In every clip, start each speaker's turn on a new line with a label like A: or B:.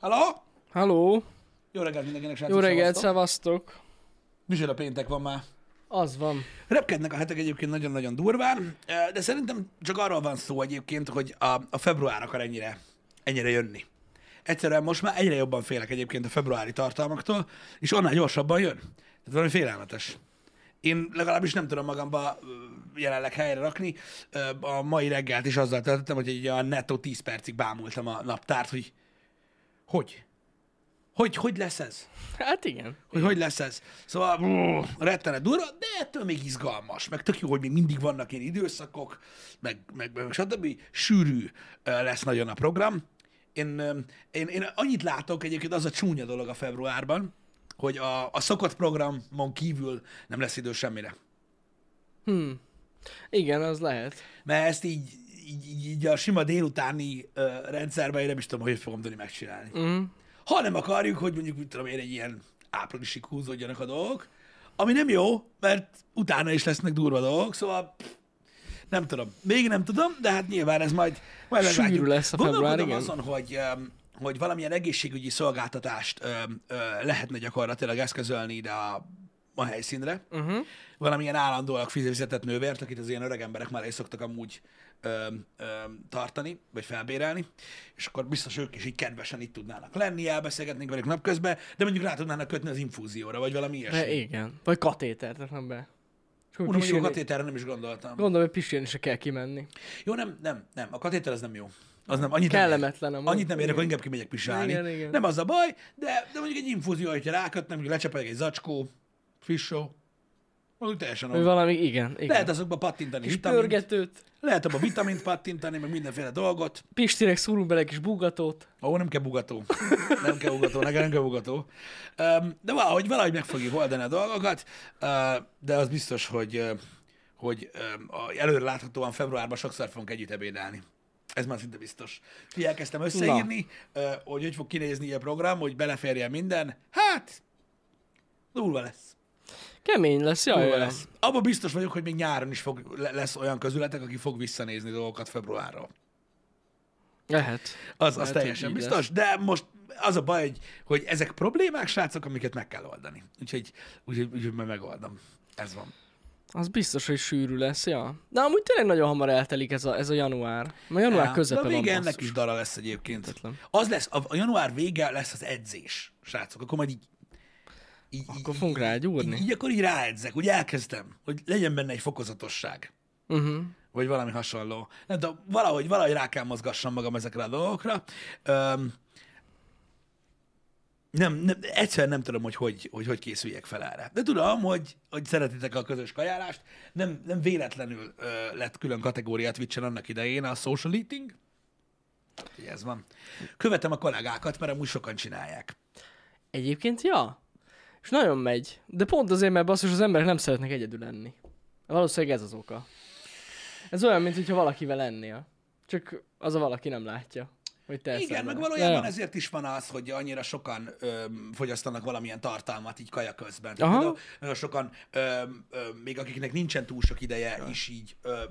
A: Halló?
B: Halló!
A: Jó reggelt mindenkinek, srácok.
B: Jó reggelt,
A: szevasztok.
B: szevasztok!
A: Micsoda péntek van már.
B: Az van.
A: Repkednek a hetek egyébként nagyon-nagyon durván, eh, de szerintem csak arról van szó egyébként, hogy a, a február akar ennyire, ennyire jönni. Egyszerűen most már egyre jobban félek egyébként a februári tartalmaktól, és annál gyorsabban jön. Ez valami félelmetes. Én legalábbis nem tudom magamba ö, jelenleg helyre rakni. Ö, A mai reggelt is azzal töltöttem, hogy egy a netto 10 percig bámultam a naptárt, hogy hogy? Hogy, hogy lesz ez?
B: Hát igen.
A: hogy hogy lesz ez. Szóval brr, rettenet durva, de ettől még izgalmas, meg tök jó, hogy még mindig vannak ilyen időszakok, meg, meg, meg stb. Sűrű ö, lesz nagyon a program. Én, ö, én, én annyit látok, egyébként az a csúnya dolog a februárban, hogy a, a szokott programon kívül nem lesz idő semmire.
B: Igen, az lehet.
A: Mert ezt így, így, így- így a sima délutáni ö, rendszerben én nem is tudom, hogy fogom tudni megcsinálni. Mm. Ha nem akarjuk, hogy mondjuk, mit tudom én, egy ilyen áprilisig húzódjanak a dolgok, ami nem jó, mert utána is lesznek durva dolgok, szóval pff, nem tudom. Még nem tudom, de hát nyilván ez majd, majd
B: Sűrű
A: meglátjuk.
B: lesz a február,
A: Gondolkodom
B: igen.
A: azon, hogy, öm, hogy valamilyen egészségügyi szolgáltatást öm, ö, lehetne gyakorlatilag eszközölni ide a, a helyszínre. Uh-huh. Valamilyen állandólag fizetett nővért, akit az ilyen öreg emberek már is szoktak amúgy öm, öm, tartani, vagy felbérelni, és akkor biztos ők is így kedvesen itt tudnának lenni, elbeszélgetnénk velük napközben, de mondjuk rá tudnának kötni az infúzióra, vagy valami
B: De
A: ilyesmi.
B: igen. Vagy katétert raknak be. És akkor
A: Uram, mondjuk a
B: pisilni-
A: katéterre nem is gondoltam.
B: Gondolom, hogy pisilni se kell kimenni.
A: Jó, nem, nem, nem. A katéter az nem jó. Az nem, annyit nem
B: Kellemetlen
A: érek.
B: amúgy.
A: Annyit nem érek,
B: Igen.
A: hogy inkább kimegyek pisálni.
B: Igen, igen.
A: Nem az a baj, de, de mondjuk egy infúzió, hogyha rákötnem, mondjuk lecsepelek egy zacskó, fissó, az úgy teljesen
B: Vagy
A: olyan.
B: valami, igen, igen.
A: Lehet azokba pattintani
B: kis
A: vitamint,
B: pörgetőt,
A: lehet abba vitamint pattintani, meg mindenféle dolgot.
B: Pistinek szúrunk bele egy kis búgatót.
A: Ó, nem kell bugató. Nem kell bugató, nekem nem kell bugató. Öm, De valahogy, valahogy meg fogjuk oldani a dolgokat, ö, de az biztos, hogy, ö, hogy öm, a- előre láthatóan februárban sokszor fogunk együtt ebédelni. Ez már szinte biztos. Így elkezdtem összeírni, ö, hogy hogy fog kinézni a program, hogy beleférjen minden. Hát, durva lesz.
B: Kemény lesz, jaj,
A: Durva
B: jaj.
A: lesz. Abban biztos vagyok, hogy még nyáron is fog, le- lesz olyan közületek, aki fog visszanézni dolgokat februárról.
B: Lehet.
A: Az, az
B: Lehet, hogy
A: teljesen
B: így
A: biztos, lesz. de most az a baj, hogy, hogy ezek problémák, srácok, amiket meg kell oldani. Úgyhogy, úgyhogy, úgyhogy majd megoldom. Ez van.
B: Az biztos, hogy sűrű lesz, ja. De amúgy tényleg nagyon hamar eltelik ez a, ez a január. Ma január
A: Ja,
B: közepe
A: de a
B: van
A: vége
B: basszus.
A: ennek is dara lesz egyébként.
B: Hihetetlen.
A: Az lesz, a, a január vége lesz az edzés, srácok. Akkor majd így... így
B: Akkor fogunk rágyúrni?
A: Így, így, akkor így ráedzek, úgy elkezdtem, hogy legyen benne egy fokozatosság.
B: Uh-huh.
A: vagy valami hasonló. Nem tudom, valahogy, valahogy rá kell mozgassam magam ezekre a dolgokra. Öm, nem, nem, egyszerűen nem tudom, hogy hogy, hogy, hogy készüljek fel erre. De tudom, hogy, hogy szeretitek a közös kajálást. Nem, nem véletlenül ö, lett külön kategória twitch annak idején a social eating. Úgyhogy Ez van. Követem a kollégákat, mert amúgy sokan csinálják.
B: Egyébként, ja. És nagyon megy. De pont azért, mert basszus, az emberek nem szeretnek egyedül lenni. Valószínűleg ez az oka. Ez olyan, mint hogyha valakivel lennél. Csak az a valaki nem látja, hogy te
A: Igen,
B: eszel
A: meg
B: vele.
A: valójában
B: Ja, ja.
A: ezért is van az, hogy annyira sokan öm, fogyasztanak valamilyen tartalmat így kaja közben.
B: Aha.
A: Például Nagyon sokan, öm, öm, még akiknek nincsen túl sok ideje, is így, öm,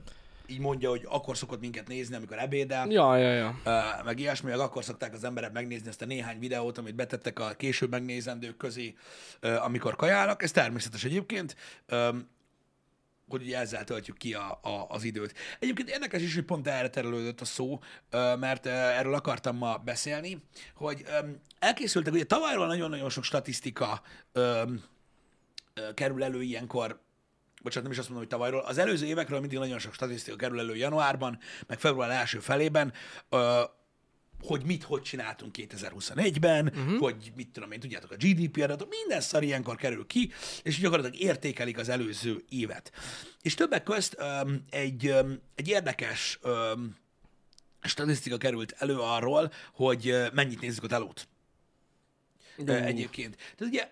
A: így mondja, hogy akkor szokott minket nézni, amikor ebédel,
B: Ja, ja, ja.
A: Ö, meg ilyesmi, meg akkor szokták az emberek megnézni ezt a néhány videót, amit betettek a később megnézendők közé, ö, amikor kajálnak. Ez természetes egyébként, öm, hogy ugye ezzel töltjük ki a, a, az időt. Egyébként érdekes is, hogy pont erre terelődött a szó, ö, mert ö, erről akartam ma beszélni, hogy öm, elkészültek, ugye tavalyról nagyon-nagyon sok statisztika öm, ö, kerül elő ilyenkor, bocsánat, nem is azt mondom, hogy tavalyról, az előző évekről mindig nagyon sok statisztika kerül elő januárban, meg február első felében, ö, hogy mit, hogy csináltunk 2021-ben, uh-huh. hogy mit tudom én, tudjátok, a GDP adatok, minden szar ilyenkor kerül ki, és gyakorlatilag értékelik az előző évet. És többek közt öm, egy, öm, egy érdekes öm, statisztika került elő arról, hogy ö, mennyit nézzük a telót
B: Ú,
A: uh. egyébként. Tehát ugye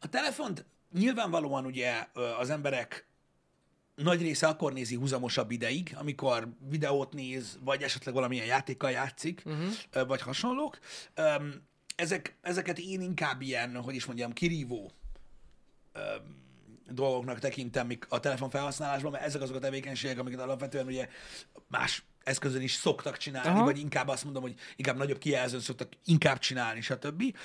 A: a telefont nyilvánvalóan ugye ö, az emberek nagy része akkor nézi húzamosabb ideig, amikor videót néz, vagy esetleg valamilyen játékkal játszik, uh-huh. vagy hasonlók. Öm, Ezek, ezeket én inkább ilyen, hogy is mondjam, kirívó dolgoknak tekintem mik a telefon felhasználásban, mert ezek azok a tevékenységek, amiket alapvetően ugye más eszközön is szoktak csinálni, Aha.
B: Aha.
A: vagy inkább azt mondom, hogy inkább nagyobb kijelzőn szoktak inkább csinálni, stb.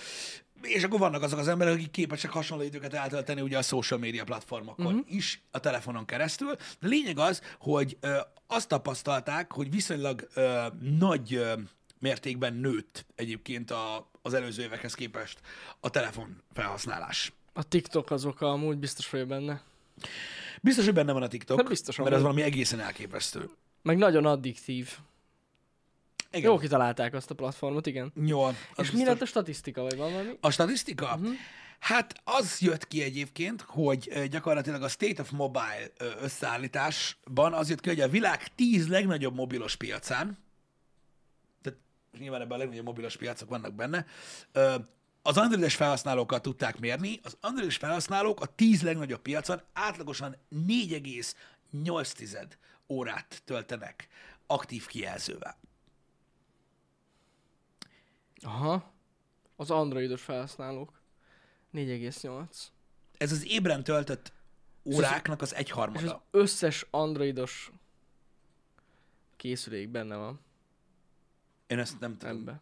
A: És akkor vannak azok az emberek, akik képesek hasonló időket eltölteni ugye a social media platformokon uh-huh. is, a telefonon keresztül. De lényeg az, hogy ö, azt tapasztalták, hogy viszonylag ö, nagy ö, mértékben nőtt egyébként a, az előző évekhez képest a telefon felhasználás.
B: A TikTok az oka, amúgy biztos vagyok benne.
A: Biztos, hogy benne van a TikTok,
B: Hát biztos,
A: mert
B: amúgy.
A: ez valami egészen elképesztő.
B: Meg nagyon addiktív.
A: Igen.
B: Jó kitalálták azt a platformot, igen.
A: Jó, az
B: És mi lett a statisztika, vagy van valami?
A: A statisztika? Uh-huh. Hát az jött ki egyébként, hogy ö, gyakorlatilag a State of Mobile ö, összeállításban az jött ki, hogy a világ 10 legnagyobb mobilos piacán, tehát nyilván ebben a legnagyobb mobilos piacok vannak benne, ö, az androides felhasználókat tudták mérni, az androides felhasználók a 10 legnagyobb piacon átlagosan 4,8 tized órát töltenek aktív kijelzővel.
B: Aha. Az androidos felhasználók. 4,8.
A: Ez az ébren töltött óráknak az
B: És az
A: egyharmada.
B: összes androidos készülék benne van
A: Én ezt nem tudom.
B: ebbe.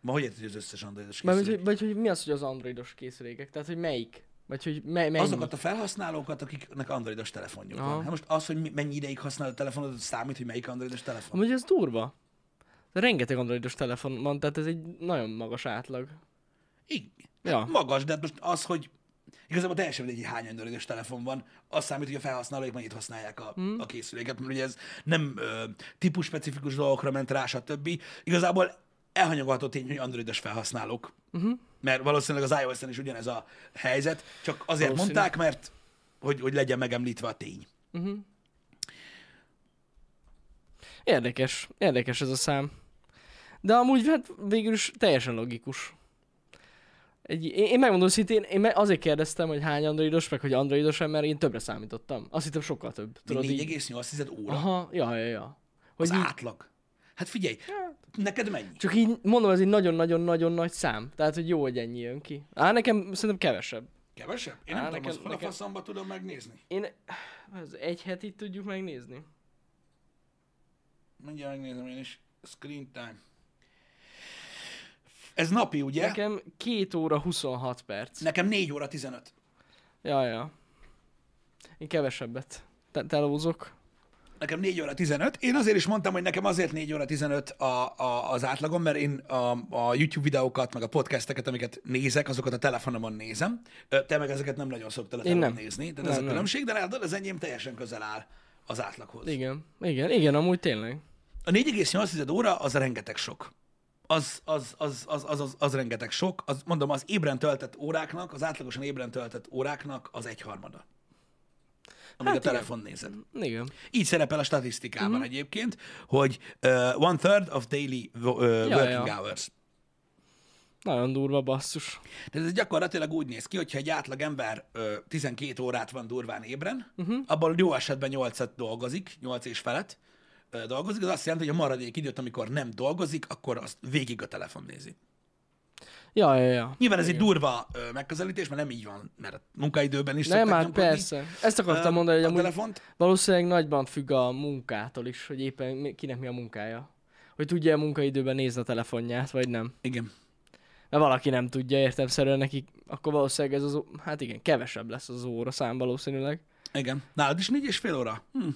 A: Ma hogy érted, hogy az összes androidos
B: Mármint,
A: készülék?
B: hogy, vagy hogy mi az, hogy az androidos készülékek? Tehát, hogy melyik? Vagy hogy me- mennyi?
A: Azokat a felhasználókat, akiknek androidos telefonjuk van.
B: Aha.
A: Hát most az, hogy mi- mennyi ideig használod a telefonod, az számít, hogy melyik androidos telefon.
B: Amúgy ez durva. Rengeteg androidos telefon van, tehát ez egy nagyon magas átlag.
A: Igen.
B: Ja.
A: Magas, de hát most az, hogy igazából teljesen mindegy, hogy hány androidos telefon van, az számít, hogy a felhasználóik mennyit használják a, hmm. a készüléket, mert ugye ez nem ö, típus specifikus dolgokra ment rá, stb. Igazából elhanyagolható tény, hogy androidos felhasználók.
B: Mhm.
A: Uh-huh. Mert valószínűleg az iOS-en is ugyanez a helyzet, csak azért
B: Valószínű.
A: mondták, mert hogy, hogy legyen megemlítve a tény.
B: Érdekes, érdekes ez a szám. De amúgy hát végül is teljesen logikus. Egy, én, én megmondom szintén, én me- azért kérdeztem, hogy hány androidos, meg hogy androidos mert én többre számítottam. Azt hittem sokkal több.
A: Még
B: Tudod, így...
A: 4,8 óra.
B: Aha, ja, ja, ja. Hogy
A: Az
B: így,
A: átlag. Hát figyelj, neked mennyi?
B: csak így mondom, ez egy nagyon-nagyon-nagyon nagy szám. Tehát, hogy jó, hogy ennyi jön ki. Á, nekem szerintem kevesebb.
A: Kevesebb? Én nem
B: Á,
A: tudom,
B: nekem-
A: azt hol a
B: nekem-
A: faszomba tudom megnézni.
B: Én az egy hetit tudjuk megnézni.
A: Mindjárt megnézem én is. Screen time. Ez napi, ugye? Nekem,
B: Nekem 2 óra 26 perc.
A: Nekem 4 óra 15.
B: Ja, ja. Én kevesebbet te- telózok.
A: Nekem 4 óra 15. Én azért is mondtam, hogy nekem azért 4 óra 15 a, a, az átlagom, mert én a, a YouTube videókat, meg a podcasteket, amiket nézek, azokat a telefonomon nézem. Ö, Te meg ezeket nem nagyon szoktál a
B: Én nem.
A: telefonon nézni, tehát ez
B: Nem,
A: a
B: nem.
A: különbség, de nálad az enyém teljesen közel áll az átlaghoz.
B: Igen, igen, igen, amúgy tényleg.
A: A 4,8 óra az rengeteg sok. Az, az, az, az, az, az, az rengeteg sok. Az, mondom, az ébren töltett óráknak, az átlagosan ébren töltett óráknak az egyharmada. Amíg hát a
B: Hát igen. Mhm.
A: telefon nézed.
B: Igen.
A: Így szerepel a statisztikában mm-hmm. egyébként, hogy uh, one third of daily wo- uh, working
B: ja.
A: hours.
B: Nagyon durva basszus.
A: Tehát ez gyakorlatilag úgy néz ki, hogyha egy átlag ember ö, 12 órát van durván ébren,
B: Mhm.
A: uh-huh. abból jó esetben 8-at dolgozik, 8 és felett ö, dolgozik, az azt jelenti, hogy a maradék időt, amikor nem dolgozik, akkor azt végig a telefon nézi.
B: Ja, ja, ja.
A: Nyilván ez egy durva ö, megközelítés, mert nem így van, mert a munkaidőben is
B: Nem,
A: szokták
B: hát
A: nyomkodni,
B: persze. Ezt
A: ö,
B: akartam mondani, hogy
A: a
B: amúgy
A: telefont.
B: valószínűleg nagyban függ a munkától is, hogy éppen mi- kinek mi a munkája. Hogy tudja a munkaidőben nézni a telefonját, vagy nem.
A: Igen.
B: Mert valaki nem tudja értemszerűen neki, akkor valószínűleg ez az, ó- hát igen, kevesebb lesz az óra szám valószínűleg.
A: Igen. Nálad is négy és fél óra? Hm.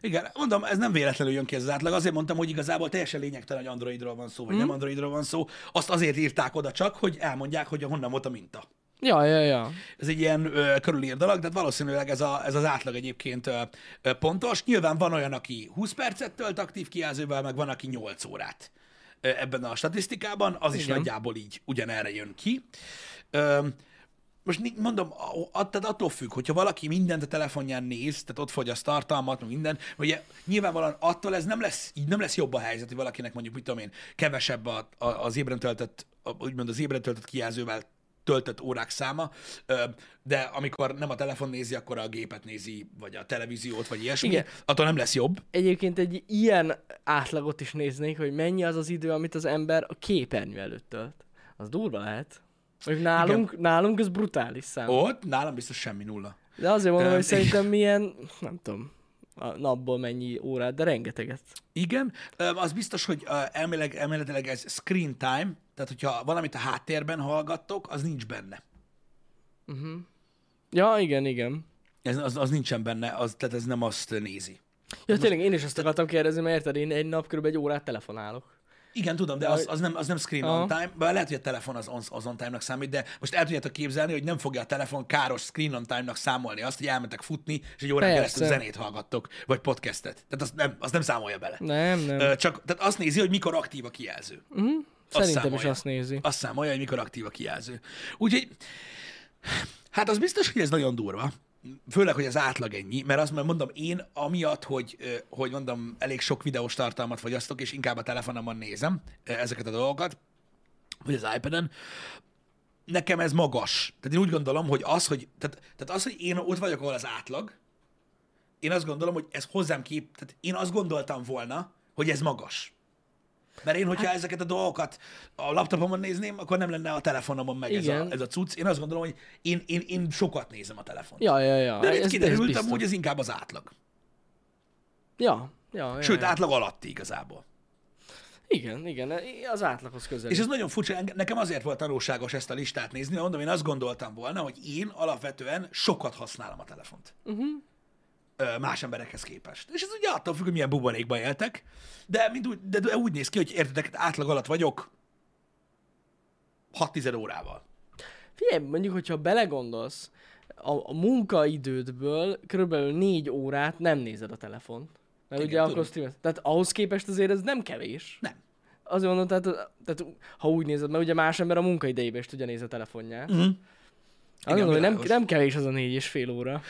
A: Igen, mondom, ez nem véletlenül jön ki ez az átlag. Azért mondtam, hogy igazából teljesen lényegtelen, hogy Androidról van szó, vagy hmm. nem Androidról van szó. Azt azért írták oda csak, hogy elmondják, hogy honnan volt a minta.
B: Ja, ja, ja.
A: Ez egy ilyen ö, körülír dolog, de valószínűleg ez, a, ez az átlag egyébként ö, ö, pontos. Nyilván van olyan, aki 20 percet tölt aktív kijelzővel, meg van, aki 8 órát ö, ebben a statisztikában. Az is
B: Igen.
A: nagyjából így ugyanerre jön ki. Ö, most ni- mondom, a- a- tehát attól függ, hogyha valaki mindent a telefonján néz, tehát ott fogyaszt tartalmat, meg minden, ugye nyilvánvalóan attól ez nem lesz, így nem lesz jobb a helyzet, hogy valakinek mondjuk, mit tudom én, kevesebb a, a, az ébren töltött, a, úgymond az ébren töltött kijelzővel töltött órák száma, ö, de amikor nem a telefon nézi, akkor a gépet nézi, vagy a televíziót, vagy ilyesmi, Igen.
B: Igen.
A: attól nem lesz jobb.
B: Egyébként egy ilyen átlagot is néznék, hogy mennyi az az idő, amit az ember a képernyő előtt tölt. Az durva lehet. Mondjuk nálunk, nálunk ez brutális szám.
A: Ott nálam biztos semmi nulla.
B: De azért mondom,
A: Öm,
B: hogy szerintem milyen, nem tudom, a napból mennyi órát, de rengeteget.
A: Igen, Ö, az biztos, hogy ö, elméleg, elméletileg ez screen time, tehát hogyha valamit a háttérben hallgattok, az nincs benne.
B: Ja, igen, igen.
A: Ez, az, az nincsen benne, az, tehát ez nem azt nézi.
B: Ja, tényleg én is azt akartam kérdezni, mert érted, én egy nap körülbelül egy órát telefonálok.
A: Igen, tudom, de az, az, nem, az nem screen
B: Aha.
A: on time, bár lehet, hogy a telefon az on, az on time-nak számít, de most el tudjátok képzelni, hogy nem fogja a telefon káros screen on time-nak számolni azt, hogy elmentek futni, és egy órán
B: Persze.
A: keresztül zenét hallgattok, vagy podcastet. Tehát az nem, az nem számolja bele.
B: Nem, nem.
A: Ö, Csak, tehát azt nézi, hogy mikor aktív a kijelző.
B: Szerintem is
A: számolja.
B: azt nézi.
A: Azt számolja, hogy mikor aktív a kijelző. Úgyhogy, hát az biztos, hogy ez nagyon durva. Főleg, hogy az átlag ennyi, mert azt már mondom én, amiatt, hogy, ö, hogy mondom, elég sok videós tartalmat fogyasztok, és inkább a telefonomon nézem ö, ezeket a dolgokat, vagy az iPad-en, nekem ez magas. Tehát én úgy gondolom, hogy az, hogy, tehát, tehát az, hogy én ott vagyok, ahol az átlag, én azt gondolom, hogy ez hozzám kép, tehát én azt gondoltam volna, hogy ez magas. Mert én, hogyha hát... ezeket a dolgokat a laptopomon nézném, akkor nem lenne a telefonomon meg ez a,
B: Igen.
A: ez a cucc. Én azt gondolom, hogy én, én, én sokat nézem a telefon.
B: Ja, ja, ja.
A: De itt
B: ez- ez
A: kiderült
B: biztos.
A: amúgy, ez inkább az átlag.
B: Ja, ja, ja,
A: Sőt,
B: ja.
A: átlag alatti igazából.
B: Igen, igen, az átlaghoz közel.
A: És ez nagyon furcsa, enge- nekem azért volt tanulságos ezt a listát nézni, mert mondom, én azt gondoltam volna, hogy én alapvetően sokat használom a telefont. Uh-huh. Ö, más emberekhez képest. És ez ugye attól függ, hogy milyen buborékban éltek, de, mind úgy, de úgy néz ki, hogy értedek, átlag alatt vagyok 6-10 órával.
B: Figyelj, mondjuk, hogyha belegondolsz, a, a munkaidődből körülbelül négy órát nem nézed a telefon. Mert
A: Igen,
B: ugye
A: tudom.
B: akkor streamelsz. Tehát ahhoz képest azért ez nem kevés.
A: Nem.
B: Azért mondom, tehát, tehát ha úgy nézed, mert ugye más ember a munkaidejében is tudja nézni a telefonját. Mm.
A: Mhm. Igen,
B: Azt mondom, hogy nem,
A: világos.
B: nem kevés az a négy és fél óra.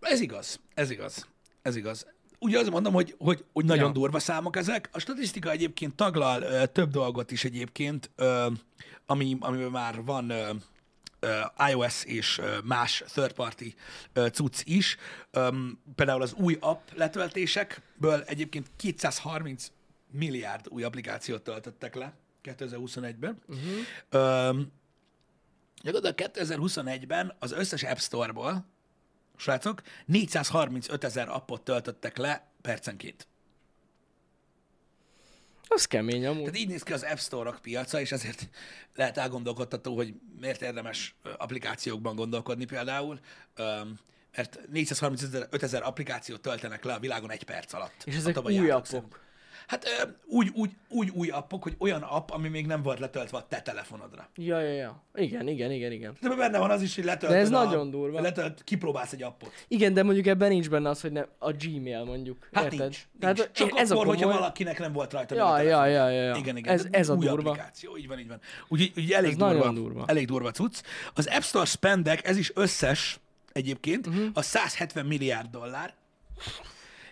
A: Ez igaz, ez igaz, ez igaz. Ugye azt mondom, hogy, hogy, hogy nagyon ja.
B: Ja.
A: durva számok ezek. A statisztika egyébként taglal ö, több dolgot is egyébként, ö, ami, amiben már van ö, ö, iOS és ö, más third party ö, cucc is. Ö, például az új app letöltésekből egyébként 230 milliárd új applikációt töltöttek le 2021-ben. Uh-huh. Ö, gyakorlatilag 2021-ben az összes App Store-ból srácok, 435 ezer appot töltöttek le percenként.
B: Az kemény amúgy.
A: Tehát így néz ki az App Store-ok piaca, és ezért lehet elgondolkodtató, hogy miért érdemes ö, applikációkban gondolkodni például, Öm, mert 435 ezer applikációt töltenek le a világon egy perc alatt.
B: És
A: A
B: ezek
A: tavalyi
B: új
A: átlagszám.
B: appok.
A: Hát ö, úgy, úgy, úgy új appok, hogy olyan app, ami még nem volt letöltve a te telefonodra.
B: Ja, ja, ja. Igen, igen, igen, igen.
A: De benne van az is, hogy letöltöd
B: De ez
A: a,
B: nagyon durva.
A: Letölt, kipróbálsz egy appot.
B: Igen, de mondjuk ebben nincs benne az, hogy ne, a Gmail mondjuk.
A: Hát
B: érted? e-
A: Érted? nincs. nincs. Tehát Csak
B: ez
A: akkor,
B: a
A: hogyha
B: komoly-
A: valakinek nem volt rajta.
B: Ja,
A: még a telefon.
B: ja, ja, ja, ja.
A: Igen, igen.
B: Ez-
A: De
B: ez a
A: új
B: durva.
A: applikáció, így van, így van. Úgyhogy úgy, elég,
B: Ez
A: durva,
B: nagyon durva.
A: elég durva cucc. Az App Store spendek, ez is összes egyébként,
B: Mhm.
A: uh-huh. a 170 milliárd dollár,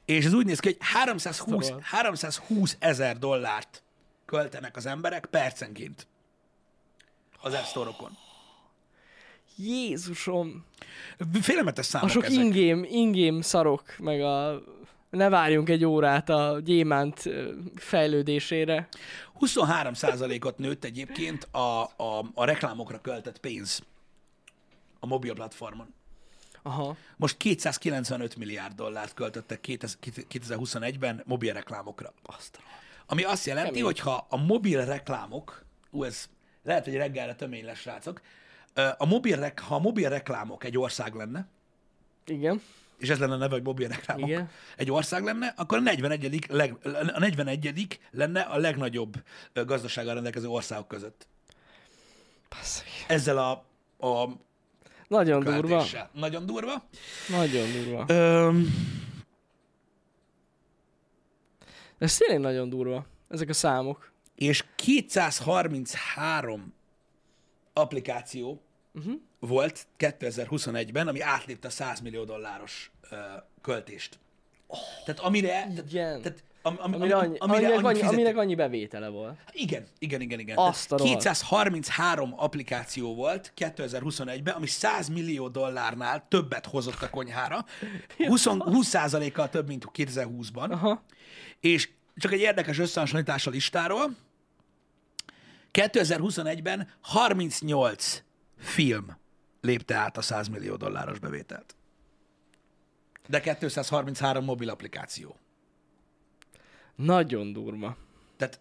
A: és ez úgy néz ki, hogy 320,
B: Szabad.
A: 320 ezer dollárt költenek az emberek percenként az App Store-okon.
B: Jézusom!
A: Félelmetes
B: A
A: számok
B: sok
A: ezek.
B: ingém, ingém szarok, meg a... Ne várjunk egy órát a gyémánt ö, fejlődésére.
A: 23%-ot nőtt egyébként a, a, a reklámokra költett pénz a mobil platformon.
B: Aha.
A: Most 295 milliárd dollárt költöttek 2000 2021-ben mobil reklámokra.
B: Azt
A: Ami azt jelenti, hogy ha a mobil reklámok, ú, ez lehet, hogy reggelre tömény lesz, srácok, ö, a mobil rek, ha a mobil reklámok egy ország lenne,
B: Igen.
A: és ez lenne a neve, hogy mobil reklámok,
B: Igen.
A: egy ország lenne, akkor a 41. Leg, a 41. lenne a legnagyobb ö, gazdasággal rendelkező országok között.
B: Basszik.
A: ezzel a, a
B: Nagyon durva.
A: költéssel. Nagyon durva.
B: Nagyon durva.
A: Öm,
B: Ez tényleg nagyon durva. Ezek a számok.
A: és 233 applikáció uh-huh.
B: Mhm.
A: volt 2021-ben, ami átlépte a 100 millió dolláros ö, költést. Tehát amire... tehát-
B: Oh, Igen.
A: Tehát, am, am,
B: Amire annyi, amire aminek, annyi, aminek annyi bevétele volt.
A: Igen, igen, igen, igen.
B: Azt a
A: Tehát
B: rohadt.
A: 233 applikáció volt 2021-ben, ami 100 millió dollárnál többet hozott a konyhára, 20, 20%-kal több, mint 2020-ban,
B: Aha.
A: és csak egy érdekes összehasonlítás a listáról, 2021-ben 38 film lépte át a 100 millió dolláros bevételt. de 233 mobil applikáció.
B: Nagyon durva.
A: Tehát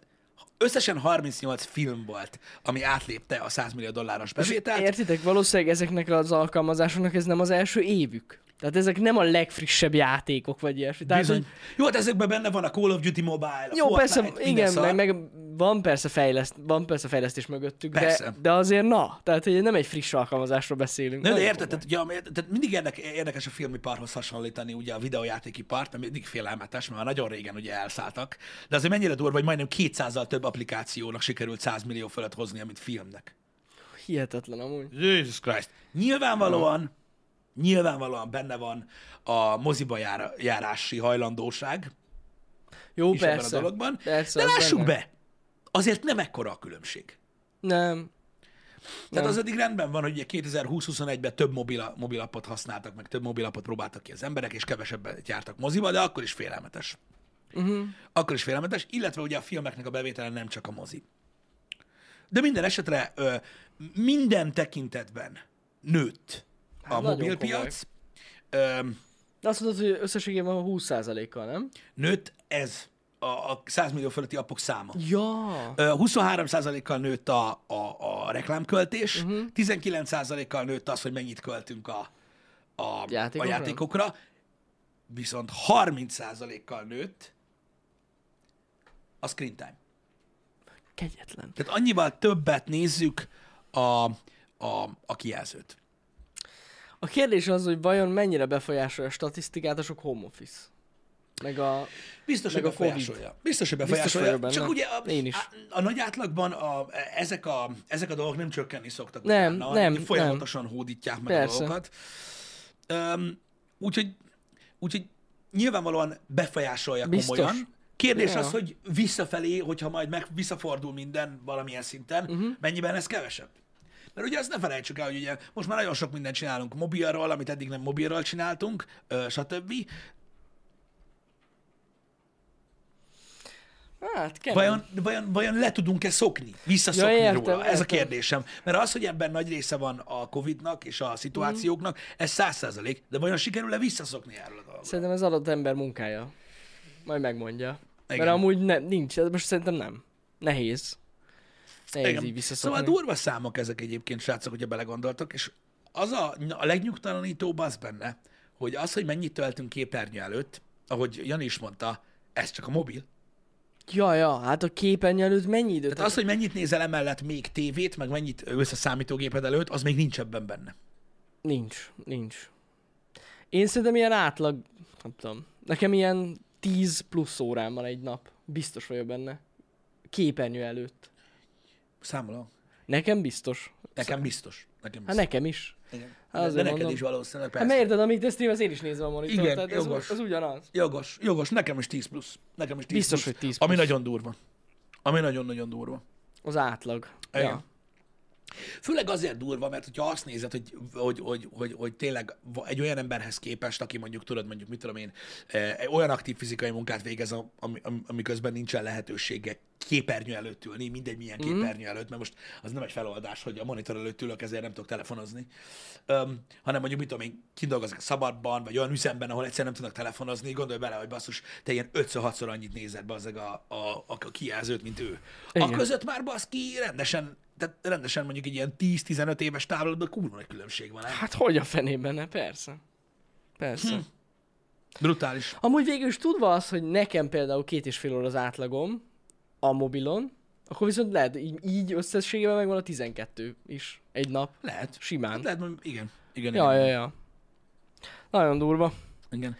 A: összesen 38 film volt, ami átlépte a 100 millió dolláros bevételt.
B: Értitek, valószínűleg ezeknek az alkalmazásoknak ez nem az első évük. Tehát ezek nem a legfrissebb játékok, vagy ilyesmi. Tehát,
A: Bizony.
B: hogy-
A: Jó, hát ezekben benne van a Call of Duty Mobile, a
B: Jó,
A: Fortnite, szóval-
B: persze,
A: minden
B: igen,
A: szar.
B: meg, meg, van, persze fejleszt, van persze fejlesztés mögöttük,
A: Persze.
B: de, de azért na, tehát hogy nem egy friss alkalmazásról beszélünk.
A: Na, de
B: Nagyon
A: érted,
B: komoly.
A: tehát, ugye, ami- tehát mindig érdek, érdekes a filmiparhoz hasonlítani ugye a videójátékipart, ami mindig félelmetes, mert már nagyon régen ugye elszálltak, de azért mennyire durva, hogy majdnem 200-al több applikációnak sikerült 100 millió fölött hozni, amit filmnek.
B: Hihetetlen amúgy.
A: Jesus Christ. Nyilvánvalóan, nyilvánvalóan benne van a moziba jár, járási hajlandóság
B: Jó,
A: is ebben a
B: persze.
A: dologban,
B: persze,
A: de
B: az
A: lássuk
B: benne.
A: be, azért nem ekkora a különbség.
B: Nem.
A: Tehát
B: Nem.
A: az eddig rendben van, hogy ugye 2020-21-ben több mobila, mobilapot használtak, meg több mobilapot próbáltak ki az emberek, és kevesebbet jártak moziba, de akkor is félelmetes.
B: Uh-huh.
A: Akkor is félelmetes, illetve ugye a filmeknek a bevétele nem csak a mozi. De minden esetre ö, minden tekintetben nőtt a
B: Hát nagyon
A: mobilpiac, ö,
B: De azt mondod, hogy összességében 20%-kal, nem?
A: nőtt ez a, a 100 millió fölötti appok száma.
B: Ja.
A: Ö, 23%-kal nőtt a, a, a reklámköltés, uh-huh. 19%-kal nőtt az, hogy mennyit költünk a, a, a
B: Játékokra?
A: játékokra, viszont 30%-kal nőtt a screen time.
B: Kegyetlen.
A: Tehát annyival többet nézzük a, a, a kijelzőt.
B: A kérdés az, hogy vajon mennyire befolyásolja a statisztikát a sok home office. Meg a...
A: Biztos, hogy
B: Meg a Covid.
A: befolyásolja. Biztos, hogy
B: Biztos
A: befolyásolja.
B: vagyok benne.
A: Csak ugye a,
B: Én is.
A: A, a nagy átlagban a, ezek, a, ezek a dolgok nem csökkenni szoktak.
B: Nem,
A: utána,
B: nem,
A: hanem Folyamatosan hódítják meg
B: Persze.
A: a dolgokat. Öm, úgyhogy, úgyhogy nyilvánvalóan befolyásolja
B: Biztos.
A: komolyan. Kérdés
B: Ja.
A: az, hogy visszafelé, hogyha majd meg visszafordul minden valamilyen szinten,
B: Mhm.
A: uh-huh. mennyiben ez kevesebb? Mert ugye azt ne felejtsük el, hogy ugye most már nagyon sok mindent csinálunk mobilról, amit eddig nem mobilról csináltunk, ö, stb.
B: Hát, kemény.
A: Vajon, vajon, vajon le tudunk-e szokni, visszaszokni
B: Ja,
A: ja,
B: értem,
A: értem, róla? Ez a
B: értem.
A: kérdésem. Mert az, hogy ebben nagy része van a Covid-nak és a szituációknak, ez száz százalék, de vajon sikerül-e visszaszokni erről a dologról?
B: Szerintem ez adott ember munkája. Majd megmondja. Igen.
A: Igen.
B: Mert amúgy ne, nincs, ez most szerintem nem. Nehéz. Nehéz Igen. így visszaszokni.
A: Szóval durva számok ezek egyébként, srácok, hogyha belegondoltok, és az a, a legnyugtalanítóbb az benne, hogy az, hogy mennyit töltünk képernyő előtt, ahogy Jani is mondta, ez csak a mobil.
B: Ja, ja, hát a képen előtt mennyi időt?
A: Tehát Hát az, hogy mennyit nézel emellett még tévét, meg mennyit össze számítógéped előtt, az még nincs ebben benne.
B: Nincs, nincs. Én szerintem ilyen átlag, nem tudom, nekem ilyen 10 plusz órám van egy nap. Biztos vagyok benne. Képernyő előtt.
A: Számolom.
B: Nekem biztos.
A: Nekem biztos. Nekem
B: Hát
A: biztos.
B: nekem is.
A: Igen.
B: Hát
A: de
B: azért
A: neked
B: mondom.
A: is valószínűleg
B: Hát
A: persze.
B: mert érted, amíg te streamelsz, én is nézem a monitort.
A: Igen,
B: tehát ez,
A: jogos.
B: u- az ugyanaz.
A: Jogos, jogos, nekem is 10 plusz. Nekem is 10
B: Biztos,
A: plusz,
B: hogy 10
A: Ami
B: plusz.
A: nagyon durva. Ami nagyon-nagyon durva.
B: Az átlag.
A: Igen.
B: Ja.
A: Főleg azért durva, mert hogyha azt nézed, hogy, hogy, hogy, hogy, hogy tényleg va- egy olyan emberhez képest, aki mondjuk, tudod, mondjuk, mit tudom én, eh, olyan aktív fizikai munkát végez, a- ami, ami, amiközben nincsen lehetősége képernyő előtt ülni, mindegy milyen
B: Mhm.
A: képernyő előtt, mert most az nem egy feloldás, hogy a monitor előtt ülök, ezért nem tudok telefonozni, Öm, hanem mondjuk, mit tudom én, kindolgozik a szabadban, vagy olyan üzemben, ahol egyszerűen nem tudnak telefonozni, gondolj bele, hogy basszus, te ilyen 5-6-szor annyit nézed be a, a, a, a kijelzőt, mint ő.
B: Igen.
A: Akkor között már baszki rendesen, tehát rendesen mondjuk egy ilyen 10-15 éves távlatban kurva nagy különbség van. Hát,
B: Hát hogy a fenében, ne? Persze. Persze. Hm.
A: Brutális.
B: Amúgy végül is tudva az, hogy nekem például két és fél óra az átlagom a mobilon, akkor viszont lehet, így, így összességében megvan a 12 is egy nap.
A: Lehet.
B: Simán.
A: Hát lehet, hogy igen. Igen,
B: Ja,
A: igen.
B: ja, ja. Nagyon durva.
A: igen.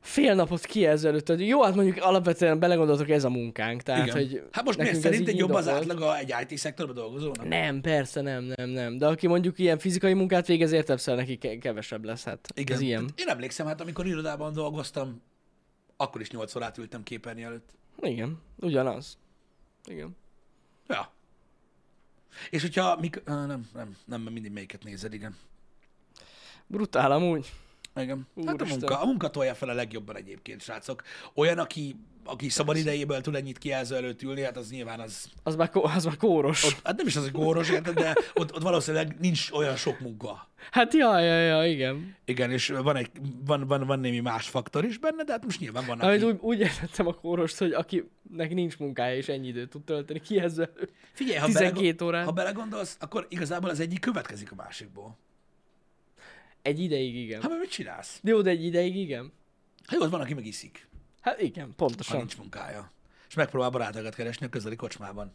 B: Fél napot ki előtt. adjuk. Jó, hát mondjuk alapvetően belegondoltok, ez a munkánk. Tehát,
A: igen.
B: hogy
A: hát most miért
B: nekünk ez
A: szerinted
B: így
A: jobb az
B: indokolt.
A: átlaga egy IT-szektorban dolgozónak?
B: Nem, persze, nem, nem, nem. De aki mondjuk ilyen fizikai munkát végez, értebszer neki ke- kevesebb lesz. Hát igen. ez ilyen.
A: Tehát Én emlékszem, hát amikor irodában dolgoztam, akkor is 8 órát ültem képernyő előtt.
B: Igen, ugyanaz. Igen.
A: Ja. És hogyha... Mik... Á, nem, nem, nem, mert mindig melyiket nézed, igen.
B: Brutál amúgy.
A: Igen. Hát a
B: Úristen.
A: munka, a munka tolja fel a legjobban egyébként, srácok. Olyan, aki, aki szabad idejéből tud ennyit kijelző előtt ülni, hát az nyilván az,
B: Az már, kó- az már kóros.
A: hát nem is az, hogy góros, érted, de ott, ott valószínűleg nincs olyan sok munka.
B: Hát jaj, jaj, jaj, igen.
A: Igen, és van, egy, van, van, van némi más faktor is benne, de hát most nyilván vannak.
B: Amit
A: így-
B: úgy, úgy értettem a kórost, hogy akinek nincs munkája és ennyi időt tud tölteni, ki ez elő?
A: Figyelj, ha,
B: 12
A: belego-
B: órán.
A: ha belegondolsz, akkor igazából az egyik következik a másikból.
B: Egy ideig igen.
A: Hát mert mit csinálsz?
B: Jó, de egy ideig igen.
A: Hát jó, ott van, aki meg iszik,
B: Hát igen,
A: ha
B: pontosan.
A: nincs munkája. És megpróbál barátokat keresni a közeli kocsmában.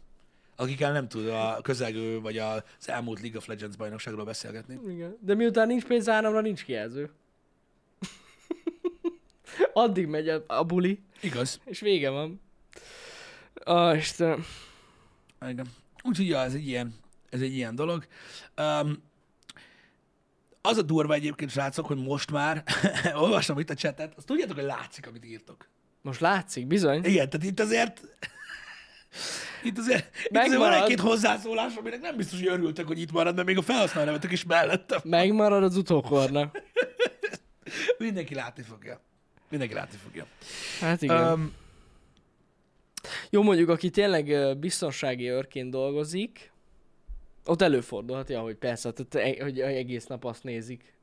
A: Akikkel nem tud a közelgő vagy az elmúlt League of Legends bajnokságról beszélgetni.
B: Igen. De miután nincs pénz áramra, nincs kijelző. Addig megy a, a buli,
A: Igaz.
B: és vége van. Ah, Istenem.
A: Igen. Úgyhogy ja, ez egy ilyen, ez egy ilyen dolog. Um, az a durva egyébként, srácok, hogy most már, olvasom itt a chatet, azt tudjátok, hogy látszik, amit írtok.
B: Most látszik, bizony.
A: Igen, tehát itt azért... Itt azért, itt
B: Megmarad.
A: azért van egy-két hozzászólás, aminek nem biztos, hogy örültek, hogy itt marad, mert még a felhasználó nevetek is mellettem.
B: Megmarad az utókornak.
A: Mindenki látni fogja. Mindenki látni fogja.
B: Hát igen.
A: Um,
B: Jó, mondjuk, aki tényleg ö, biztonsági őrként dolgozik, ott előfordulhat, ja, hogy persze, tehát, e- hogy egész nap azt nézik,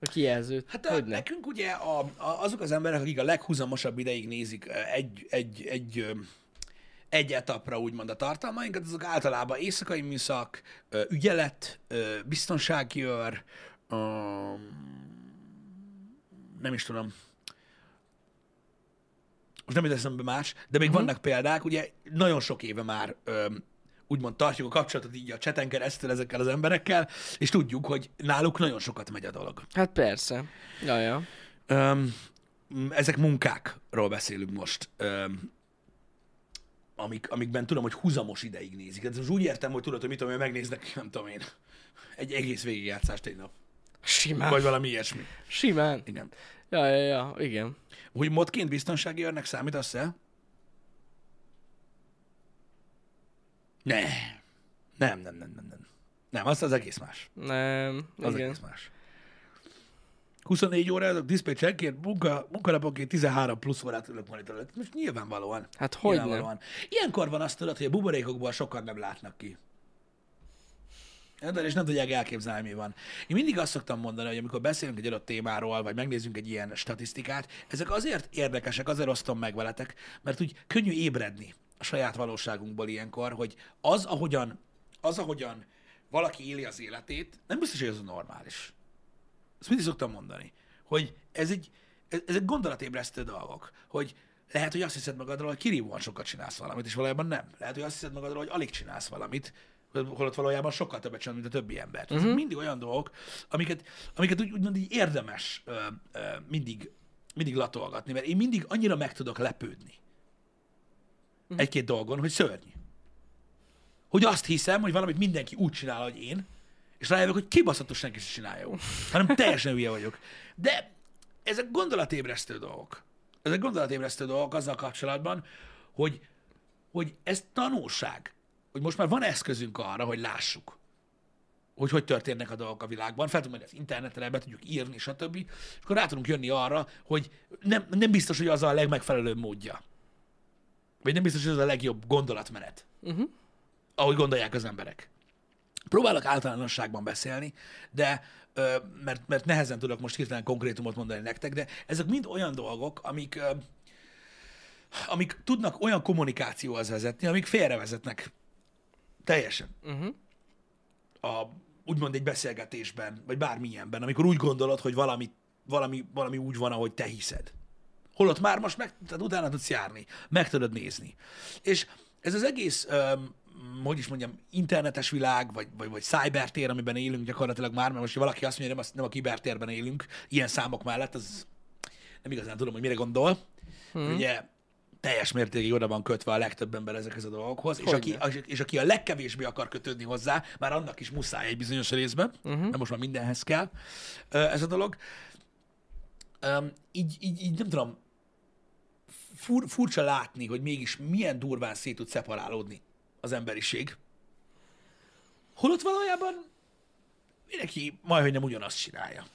B: a kijelzőt.
A: hát
B: Hát,
A: a,
B: hogy ne.
A: nekünk ugye a, a, azok az emberek, akik a leghuzamosabb ideig nézik ö, egy, egy, egy, ö, egy etapra úgymond a tartalmainkat, azok általában éjszakai műszak, ö, ügyelet, ö, biztonsági őr, ö, nem is tudom, most nem jut eszembe más, de még vannak példák, ugye nagyon sok éve már öm, úgymond tartjuk a kapcsolatot így a cseten keresztül ezekkel az emberekkel, és tudjuk, hogy náluk nagyon sokat megy a dolog.
B: Hát persze. Ja, ja.
A: Öm, m, ezek munkákról beszélünk most, öm, amik, amikben tudom, hogy húzamos ideig nézik. Tehát most úgy értem, hogy tudod, hogy mit tudom én, megnéznek, nem tudom én, egy egész végigjátszást egy nap.
B: Simán.
A: Vagy valami ilyesmi.
B: Simán.
A: Igen.
B: Ja, ja, ja, igen.
A: Hogy modként biztonsági őrnek számítasz-e? Ne. Nem, nem, nem, nem, nem. Nem, az az egész más.
B: Nem,
A: Az
B: igen.
A: egész más. 24 óra, azok diszpécserekért, munka, munkanaponként 13 plusz órát ülök monitor előtt. Most nyilvánvalóan.
B: Hát hogy nem.
A: nyilvánvalóan. Ilyenkor van azt tudod, hogy a buborékokból sokan nem látnak ki. Érted? És nem tudják elképzelni, mi van. Én mindig azt szoktam mondani, hogy amikor beszélünk egy adott témáról, vagy megnézzünk egy ilyen statisztikát, ezek azért érdekesek, azért osztom meg veletek, mert úgy könnyű ébredni a saját valóságunkból ilyenkor, hogy az, ahogyan, az, ahogyan valaki éli az életét, nem biztos, hogy ez a normális. Ezt mindig szoktam mondani, hogy ez egy, ez- ezek gondolatébresztő dolgok, hogy lehet, hogy azt hiszed magadról, hogy kirívóan sokat csinálsz valamit, és valójában nem. Lehet, hogy azt hiszed magadról, hogy alig csinálsz valamit, holott valójában sokkal többet csinál, mint a többi ember. Uh-huh. Ezek mindig olyan dolgok, amiket, amiket úgy, úgymond így érdemes ö, ö, mindig, mindig latolgatni, mert én mindig annyira meg tudok lepődni uh-huh. egy-két dolgon, hogy szörnyű. Hogy azt hiszem, hogy valamit mindenki úgy csinál, hogy én, és rájövök, hogy kibaszatos senki sem csinálja jól, hanem teljesen hülye vagyok. De ezek gondolatébresztő dolgok. Ezek gondolatébresztő dolgok azzal kapcsolatban, hogy, hogy ez tanulság. Hogy most már van eszközünk arra, hogy lássuk, hogy hogy történnek a dolgok a világban. Fel tudunk menni az internetre, be tudjuk írni, stb. És akkor rá tudunk jönni arra, hogy nem, nem biztos, hogy az a legmegfelelőbb módja. Vagy nem biztos, hogy az a legjobb gondolatmenet. Uh-huh. Ahogy gondolják az emberek. Próbálok általánosságban beszélni, de ö, mert, mert nehezen tudok most hirtelen konkrétumot mondani nektek, de ezek mind olyan dolgok, amik, ö, amik tudnak olyan kommunikációhoz vezetni, amik félrevezetnek teljesen. Uh-huh. A, úgymond egy beszélgetésben, vagy bármilyenben, amikor úgy gondolod, hogy valami, valami, valami úgy van, ahogy te hiszed. Holott már most meg, tehát utána tudsz járni, meg tudod nézni. És ez az egész, öm, hogy is mondjam, internetes világ, vagy, vagy, vagy cybertér, amiben élünk gyakorlatilag már, mert most ha valaki azt mondja, nem, a- nem a kibertérben élünk, ilyen számok mellett, az nem igazán tudom, hogy mire gondol. Hmm. Ugye teljes mértékig oda van kötve a legtöbb ember ezekhez a dolgokhoz, és aki, és, és aki a legkevésbé akar kötődni hozzá, már annak is muszáj egy bizonyos részben, uh-huh. mert most már mindenhez kell ö, ez a dolog. Öm, így, így, így nem tudom, fur, furcsa látni, hogy mégis milyen durván szét tud szeparálódni az emberiség. Holott valójában mindenki majdhogy nem ugyanazt csinálja.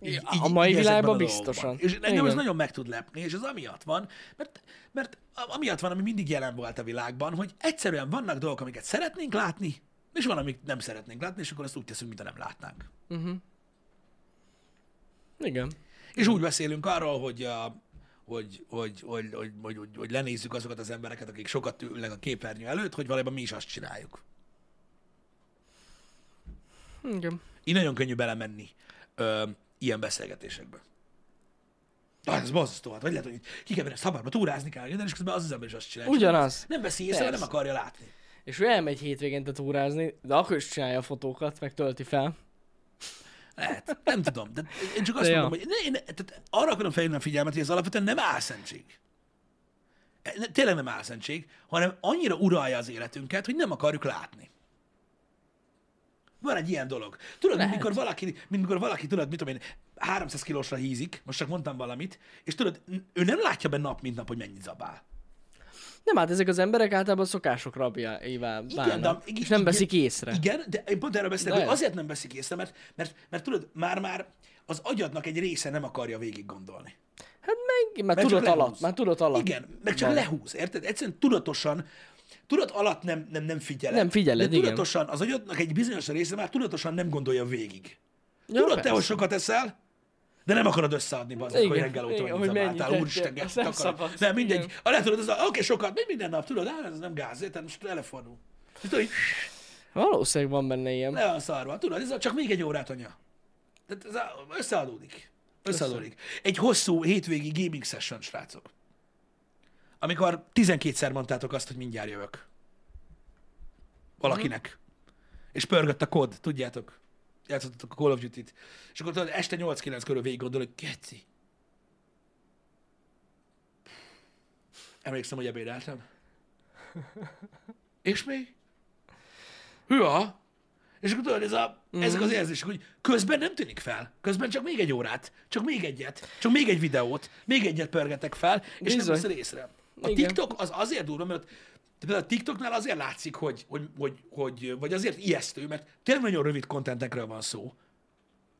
A: Így,
B: A mai
A: ezekben
B: világban
A: a dolgokban.
B: biztosan.
A: És engem ez
B: Igen.
A: nagyon meg tud lepni, és ez amiatt van, mert, mert a- amiatt van, ami mindig jelen volt a világban, hogy egyszerűen vannak dolgok, amiket szeretnénk látni, és van, amit nem szeretnénk látni, és akkor azt úgy teszünk, mintha nem látnánk.
B: Igen.
A: És úgy beszélünk arról, hogy, a, hogy, hogy, hogy, hogy, hogy, hogy, hogy lenézzük azokat az embereket, akik sokat ülnek a képernyő előtt, hogy valójában mi is azt csináljuk.
B: Igen.
A: Így nagyon könnyű belemenni ö, ilyen beszélgetésekbe. Ah, ez borzasztó, hát vagy lehet, hogy ki kell menni a szabadba, túrázni kell, minden, és közben az az ember is azt csinálja. csak
B: Ugyanaz.
A: Nem veszi észre, mert
B: Persze.
A: nem akarja látni.
B: És ő elmegy hétvégente túrázni, de akkor is csinálja a fotókat, meg tölti fel.
A: Lehet, nem tudom. De én csak azt
B: De ja.
A: mondom, hogy ne, én, tehát arra akarom felhívni a figyelmet, hogy ez alapvetően nem álszentség. E, ne- Tényleg nem álszentség, hanem annyira uralja az életünket, hogy nem akarjuk látni. Van egy ilyen dolog. Tudod, mint
B: Lehet.
A: mikor valaki, mint mikor valaki, tudod, mit tudom én, 300 kilósra hízik, most csak mondtam valamit, és tudod, n- ő nem látja be nap, mint nap, hogy mennyit zabál.
B: Nem, hát ezek az emberek általában szokások rabjaivá
A: Igen, de,
B: válnak, és nem veszik észre.
A: Igen, de én pont erről beszélek,
B: De
A: hogy
B: ez.
A: azért nem veszik észre, mert, mert, mert tudod, már-már az agyadnak egy része nem akarja végig gondolni.
B: Hát meg, már
A: Mert csak
B: tudat alatt,
A: lehúz.
B: már tudat alatt.
A: Igen, meg csak
B: van.
A: lehúz, érted? Egyszerűen tudatosan, tudat alatt nem, nem, nem figyeled.
B: Nem figyeled,
A: de
B: igen.
A: tudatosan, az agyadnak egy bizonyos része már tudatosan nem gondolja végig.
B: Ja,
A: Tudod te,
B: persze.
A: hogy sokat eszel, de nem akarod összeadni bazd, hogy
B: Igen,
A: reggel óta
B: igen,
A: mennyit
B: hogy mennyit
A: zabáltál, úristen, geci,
B: tettél, azt nem
A: takarod.
B: szabad.
A: Nem, mindegy.
B: Igen.
A: A lehet, tudod, az a- oké, sokat, még minden nap, tudod, á, ez nem gáz, érted, most telefonul. Tudod, hogy
B: Valószínűleg van benne ilyen.
A: le van szarva, tudod, ez a, csak még egy órát anya. Tehát ez a, összeadódik. Összeadódik. Egy hosszú hétvégi gaming session, srácok. Amikor 12-szer mondtátok azt, hogy mindjárt jövök. Valakinek. És pörgött a kód, tudjátok. Játszottatok a Call of Duty-t. És akkor tudod, este 8-9 körül végig gondol, hogy keci. Emlékszem, hogy ebédeltem. És még? Hűha! És akkor tudod, ez a,
B: Mhm.
A: mm. ezek az érzések, hogy közben nem tűnik fel. Közben csak még egy órát, csak még egyet, csak még egy videót, még egyet pörgetek fel, és Bizony.
B: Bizony.
A: nem veszed észre. A
B: Igen.
A: TikTok az azért durva, mert például a TikToknál azért látszik, hogy, hogy, hogy, hogy vagy azért ijesztő, mert tényleg nagyon rövid kontentekről van szó.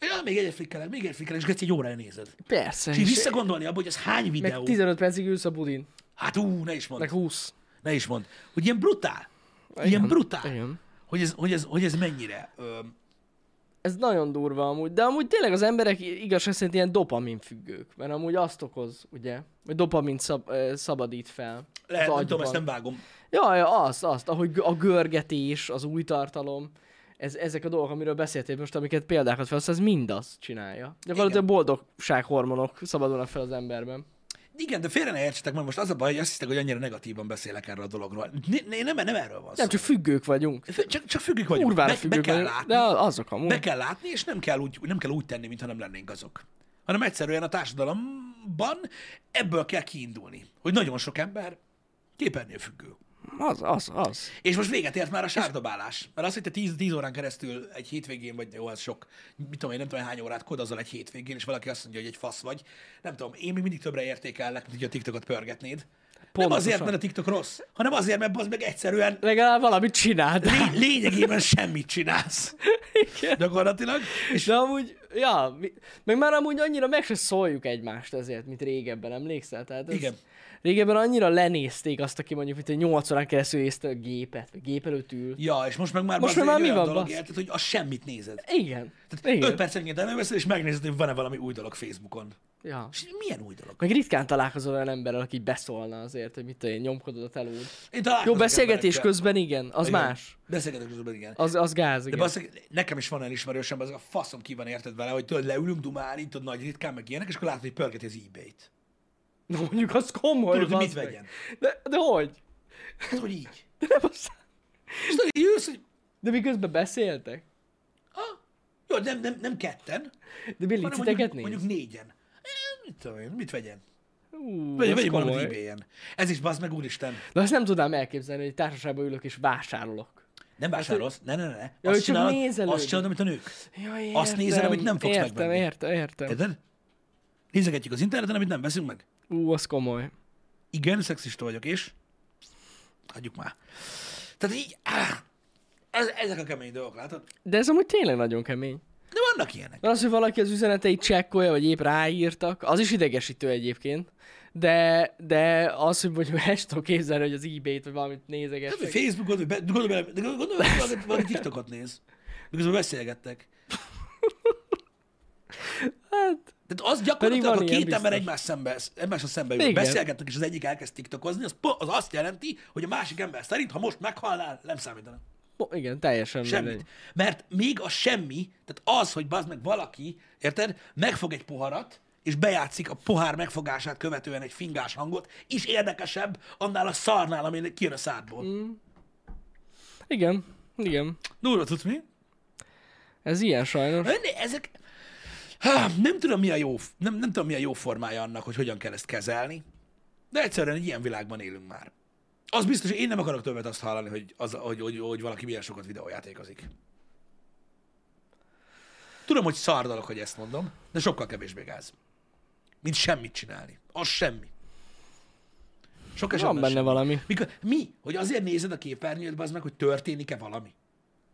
A: Ja, még egyet frikkelek, még egy frikkelek, és Geci egy órája nézed.
B: Persze.
A: És így
B: és-
A: visszagondolni abba, hogy ez hány
B: meg
A: videó.
B: 15 percig ülsz a budin,
A: Hát ú, ne is
B: meg
A: mond,
B: 20.
A: ne is mond. Hogy ilyen brutál. Ilyen
B: Igen,
A: brutál.
B: igen.
A: Hogy ez, hogy ez, hogy ez mennyire. Ö,
B: Ez nagyon durva amúgy, de amúgy tényleg az emberek i- igazság szerint ilyen dopamin függők, mert amúgy azt okoz, ugye, hogy dopamin szab, ö, szabadít fel.
A: lehet,
B: az
A: nem tudom,
B: agyban.
A: ezt nem vágom.
B: Ja, ja, azt, azt, ahogy gö- a görgetés, az új tartalom, ez, ezek a dolgok, amiről beszéltél most, amiket példákat felsz, ez mind azt csinálja. Gyakorlatilag boldogsághormonok szabadulnak fel az emberben.
A: Igen, de félre ne értsetek meg, most az a baj, hogy azt hisztek, hogy annyira negatívan beszélek erről a dologról. Né- né- Nem, nem erről van szó.
B: Nem, csak függők vagyunk.
A: Fő- Csak, csak függők vagyunk.
B: Kurvára
A: Szóval. Be, be kell
B: függők vagyunk,
A: látni.
B: de azok amúgy.
A: Be kell látni, és nem kell úgy, nem kell úgy tenni, mintha nem lennénk azok. Hanem egyszerűen a társadalomban ebből kell kiindulni, hogy nagyon sok ember képernyő függő.
B: Az, az, az.
A: És most véget ért már a sárdobálás. Mert az, hogy te 10, 10 órán keresztül egy hétvégén, vagy jó, az sok, mit tudom én, nem tudom hány órát kodazol egy hétvégén, és valaki azt mondja, hogy egy fasz vagy. Nem tudom, én még mindig többre értékelnek, mint hogy a TikTokot pörgetnéd. Pontosan. Nem
B: Pontosan.
A: azért, mert a TikTok rossz, hanem azért, mert az meg egyszerűen
B: Legalább valamit csináld.
A: lé- lényegében semmit csinálsz. Igen. Gyakorlatilag. És
B: De amúgy, ja, mi, meg már amúgy annyira meg se szóljuk egymást ezért, mint régebben, emlékszel? Tehát ez,
A: Igen.
B: Régebben annyira lenézték azt, aki mondjuk itt 8 órán keresztül nézte a gépet, vagy gép előtt ül.
A: Ja, és most meg már
B: Most
A: bazd,
B: már
A: egy
B: mi
A: olyan
B: van,
A: dolog
B: basz?
A: érted, hogy a semmit nézed.
B: Igen.
A: Tehát
B: Igen.
A: 5 percenként előveszed, és megnézed, hogy van-e valami új dolog Facebookon.
B: Ja.
A: És milyen új dolog?
B: Meg ritkán találkozol olyan emberrel, aki beszólna azért, hogy mit tudom én, nyomkodod a telód.
A: Én
B: Jó,
A: találkozok
B: beszélgetés
A: emberekkel.
B: közben igen, az
A: Igen.
B: más.
A: Beszélgetés közben, igen.
B: Az, az gáz, igen.
A: De basszik, nekem is van elismerősem, az a faszom ki van érted vele, hogy tudod, leülünk dumálni, tudod, nagy ritkán, meg ilyenek, és akkor látod, hogy pörgeti az ebay-t.
B: Na, mondjuk az komoly,
A: Tudod, hogy mit
B: bazd meg.
A: vegyen?
B: De, de hogy?
A: Hát, hogy így.
B: De, nem az...
A: És tudod, így jössz, hogy
B: de miközben beszéltek?
A: ah, jó, nem, nem, nem ketten,
B: De mi
A: hanem mondjuk,
B: liciteket néz?
A: mondjuk négyen. Eh, Mit tudom én, mit vegyen?
B: Ú,
A: Vegyen,
B: az
A: vegyen valamit
B: komoly.
A: ebay-en. Ez is bazd meg, úristen.
B: De azt nem tudnám elképzelni, hogy társaságban ülök és vásárolok.
A: Nem vásárolsz? Ne, ne, ne, ne.
B: Hát, hogy
A: Azt
B: csak
A: csinálod,
B: nézelődj.
A: azt csinálod, amit a nők.
B: Ja, értem,
A: Azt nézel, amit nem fogsz
B: értem,
A: megvenni.
B: Értem, értem, értem.
A: Érted? Nézegetjük az interneten, amit nem veszünk meg.
B: Ú, az komoly.
A: igen, szexista vagyok, és hagyjuk már. Tehát így, áh, ez, ezek a kemény dolgok, látod?
B: De ez amúgy tényleg nagyon kemény.
A: De van vannak ilyenek.
B: Mert az, hogy valaki az üzeneteit csekkolja, vagy épp ráírtak, az is idegesítő egyébként. De, de az, hogy mondjuk hashtag képzelni, hogy az ebay-t, vagy valamit
A: Nem, hogy
B: nézegettek.
A: Facebookot, vagy be- gondolj bele, de gondolj bele, hogy valaki- valaki TikTokot néz. Miközben beszélgettek.
B: Hát,
A: Tehát az
B: Pedig
A: gyakorlatilag,
B: van
A: ha
B: ilyen,
A: két ember
B: biztos.
A: egymás szembe, egymással szembe ül,
B: Igen.
A: beszélgetnek, és az egyik elkezd tiktokozni, az, po- az azt jelenti, hogy a másik ember szerint, ha most meghalnál, nem számítana.
B: bo- igen, teljesen
A: Semmit.
B: mindegy.
A: Mert még a semmi, tehát az, hogy bazd meg valaki, érted, megfog egy poharat, és bejátszik a pohár megfogását követően egy fingás hangot, és érdekesebb annál a szarnál, ami kijön a szádból. Mm.
B: Igen, igen.
A: Durva tudsz mi?
B: Ez ilyen sajnos.
A: Ön- Ezek... Há, nem tudom, mi a jó, nem, nem tudom, mi a jó formája annak, hogy hogyan kell ezt kezelni, de egyszerűen egy ilyen világban élünk már. Az biztos, hogy én nem akarok többet azt hallani, hogy, az, hogy, hogy, hogy valaki milyen sokat videójátékozik. Tudom, hogy szar dolog, hogy ezt mondom, de sokkal kevésbé gáz. Mint semmit csinálni. Az semmi. Sok esetben
B: Van benne
A: semmi.
B: valami.
A: Mikor, mi? Hogy azért nézed a képernyőt, az meg, hogy történik-e valami?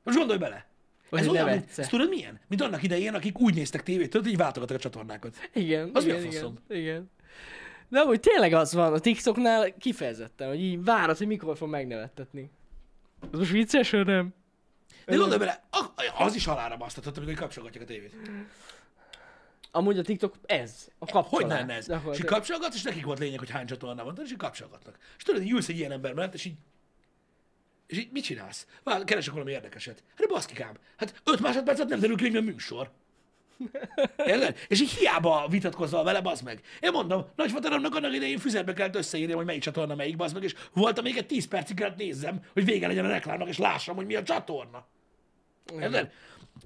A: Most gondolj bele!
B: Vagy
A: ez
B: hogy
A: olyan, mint,
B: nevetsz-e.
A: ez tudod milyen? Mint annak idején, akik úgy néztek tévét, tudod, hogy váltogattak a csatornákat.
B: Igen,
A: Az mi a
B: igen, igen,
A: faszom?
B: igen. De amúgy tényleg az van a TikToknál kifejezetten, hogy így várod, hogy mikor fog megnevettetni. Ez most vicces, vagy nem?
A: De gondolj bele, a- az is halára basztatott, amikor kapcsolgatják a tévét.
B: Amúgy a TikTok ez, a kapcsolás.
A: Hogy lenne ez? És így
B: Gyakorlatilag.
A: kapcsolgat, és nekik volt lényeg, hogy hány csatorna van, tudod, és így kapcsolgatnak. És tudod, hogy ülsz egy ilyen ember mellett, és így és így mit csinálsz? Vár, keresek valami érdekeset. Hát de baszkikám, hát öt másodperc alatt nem derül ki, hogy mi a műsor. Érted? És így hiába vitatkozol vele, bazd meg. Én mondom, nagyfataromnak annak idején füzetbe kellett összeírni, hogy melyik csatorna melyik, bazd meg, és volt, amelyiket 10 percig kellett nézzem, hogy vége legyen a reklámnak, és lássam, hogy mi a csatorna. Érted?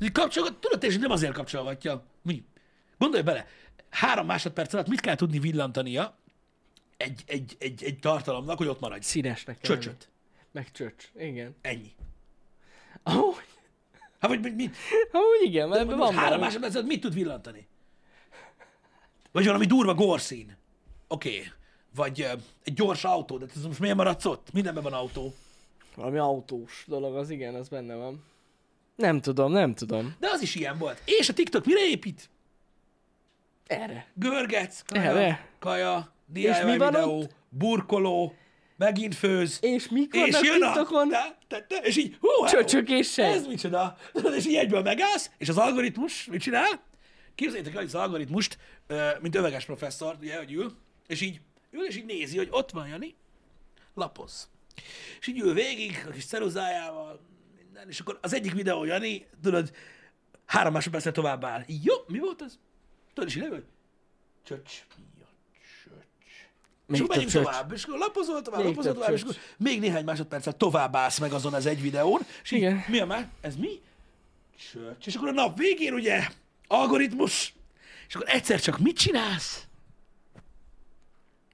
A: Így kapcsolgat, tudod, és nem azért kapcsolgatja. Mi? Gondolj bele, három másodperc alatt mit kell tudni villantania egy, egy, egy, egy tartalomnak, hogy ott maradj.
B: Színesnek kell lenni.
A: Csöcsöt.
B: Meg csöcs, igen.
A: Ennyi.
B: Amúgy,
A: Hát vagy mit? mit?
B: amúgy igen, mert ebben
A: Most
B: van
A: három
B: valami.
A: másodperc alatt mit tud villantani? Vagy valami durva gorszín. Oké. Okay. Vagy ö, egy gyors autó, de ez most miért maradsz ott? Mindenben van autó.
B: Valami autós dolog, az igen, az benne van. Nem tudom, nem tudom.
A: De az is ilyen volt. És a TikTok mire épít?
B: Erre.
A: Görgetsz, kaja,
B: Erre?
A: kaja DIY
B: És mi van
A: videó,
B: ott?
A: burkoló, megint főz.
B: És mikor
A: és
B: vannak
A: jön a...
B: TikTokon?
A: Te, te, te, és így, hú, hello,
B: Csöcsökéssel.
A: Ez micsoda. Tudod, és így egyből megállsz, és az algoritmus mit csinál? Képzeljétek el, hogy az algoritmust, ö, mint öveges professzor, ugye, hogy ül, és így ül, és így nézi, hogy ott van Jani, lapoz. És így ül végig a kis ceruzájával, minden, és akkor az egyik videó Jani, tudod, három másodpercre tovább áll. Így, Jó, mi volt az? Tudod, és így levő, csöcs, mi a csöcs. És
B: Még
A: akkor
B: több
A: megyünk
B: csöcs.
A: tovább, és akkor lapozol tovább,
B: Még
A: lapozol
B: több
A: tovább, és
B: csöcs.
A: akkor még néhány másodperccel tovább állsz meg azon az egy videón, és így,
B: Igen.
A: mi a már? Ez mi? Csöcs. És akkor a nap végén ugye algoritmus, és akkor egyszer csak mit csinálsz?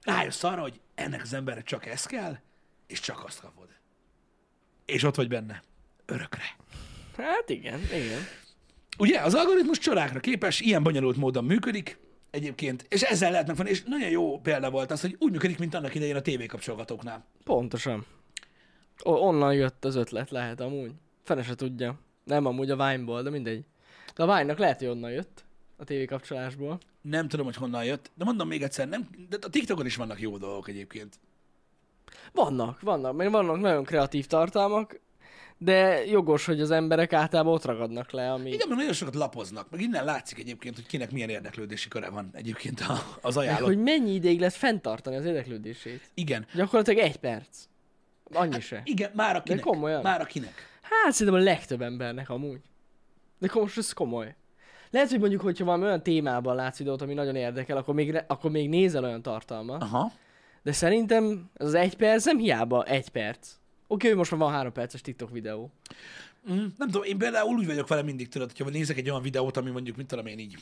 A: Rájössz arra, hogy ennek az embernek csak ez kell, és csak azt kapod. És ott vagy benne. Örökre.
B: Hát igen, igen.
A: Ugye, az algoritmus csodákra képes, ilyen bonyolult módon működik egyébként, és ezzel lehetnek van, és nagyon jó példa volt az, hogy úgy működik, mint annak idején a tévékapcsolgatóknál.
B: Pontosan. O- onnan jött az ötlet, lehet amúgy. Fene se tudja. Nem amúgy a Vine-ból, de mindegy. De a Vine-nak lehet, hogy onnan jött. A TV kapcsolásból.
A: Nem tudom, hogy honnan jött, de mondom még egyszer, nem, de a TikTokon is vannak jó dolgok egyébként.
B: Vannak, vannak, mert vannak nagyon kreatív tartalmak, de jogos, hogy az emberek általában ott ragadnak le, ami...
A: Igen, mert nagyon sokat lapoznak, meg innen látszik egyébként, hogy kinek milyen érdeklődési köre van egyébként a, az
B: Meg,
A: ajánlott.
B: hogy mennyi ideig lehet fenntartani az érdeklődését.
A: Igen.
B: Gyakorlatilag egy perc. Annyi se.
A: Igen, már akinek.
B: komolyan.
A: Már akinek.
B: Hát szerintem a legtöbb embernek amúgy. De kom- most ez komoly. Lehet, hogy mondjuk, hogyha valami olyan témában látsz videót, ami nagyon érdekel, akkor még, re- akkor még nézel olyan tartalmat.
A: Aha.
B: De szerintem ez az egy perc nem hiába egy perc. Oké, hogy most már van három perces TikTok videó.
A: Mm, nem tudom, én például úgy vagyok vele mindig, tudod, hogyha nézek egy olyan videót, ami mondjuk, mit tudom én így.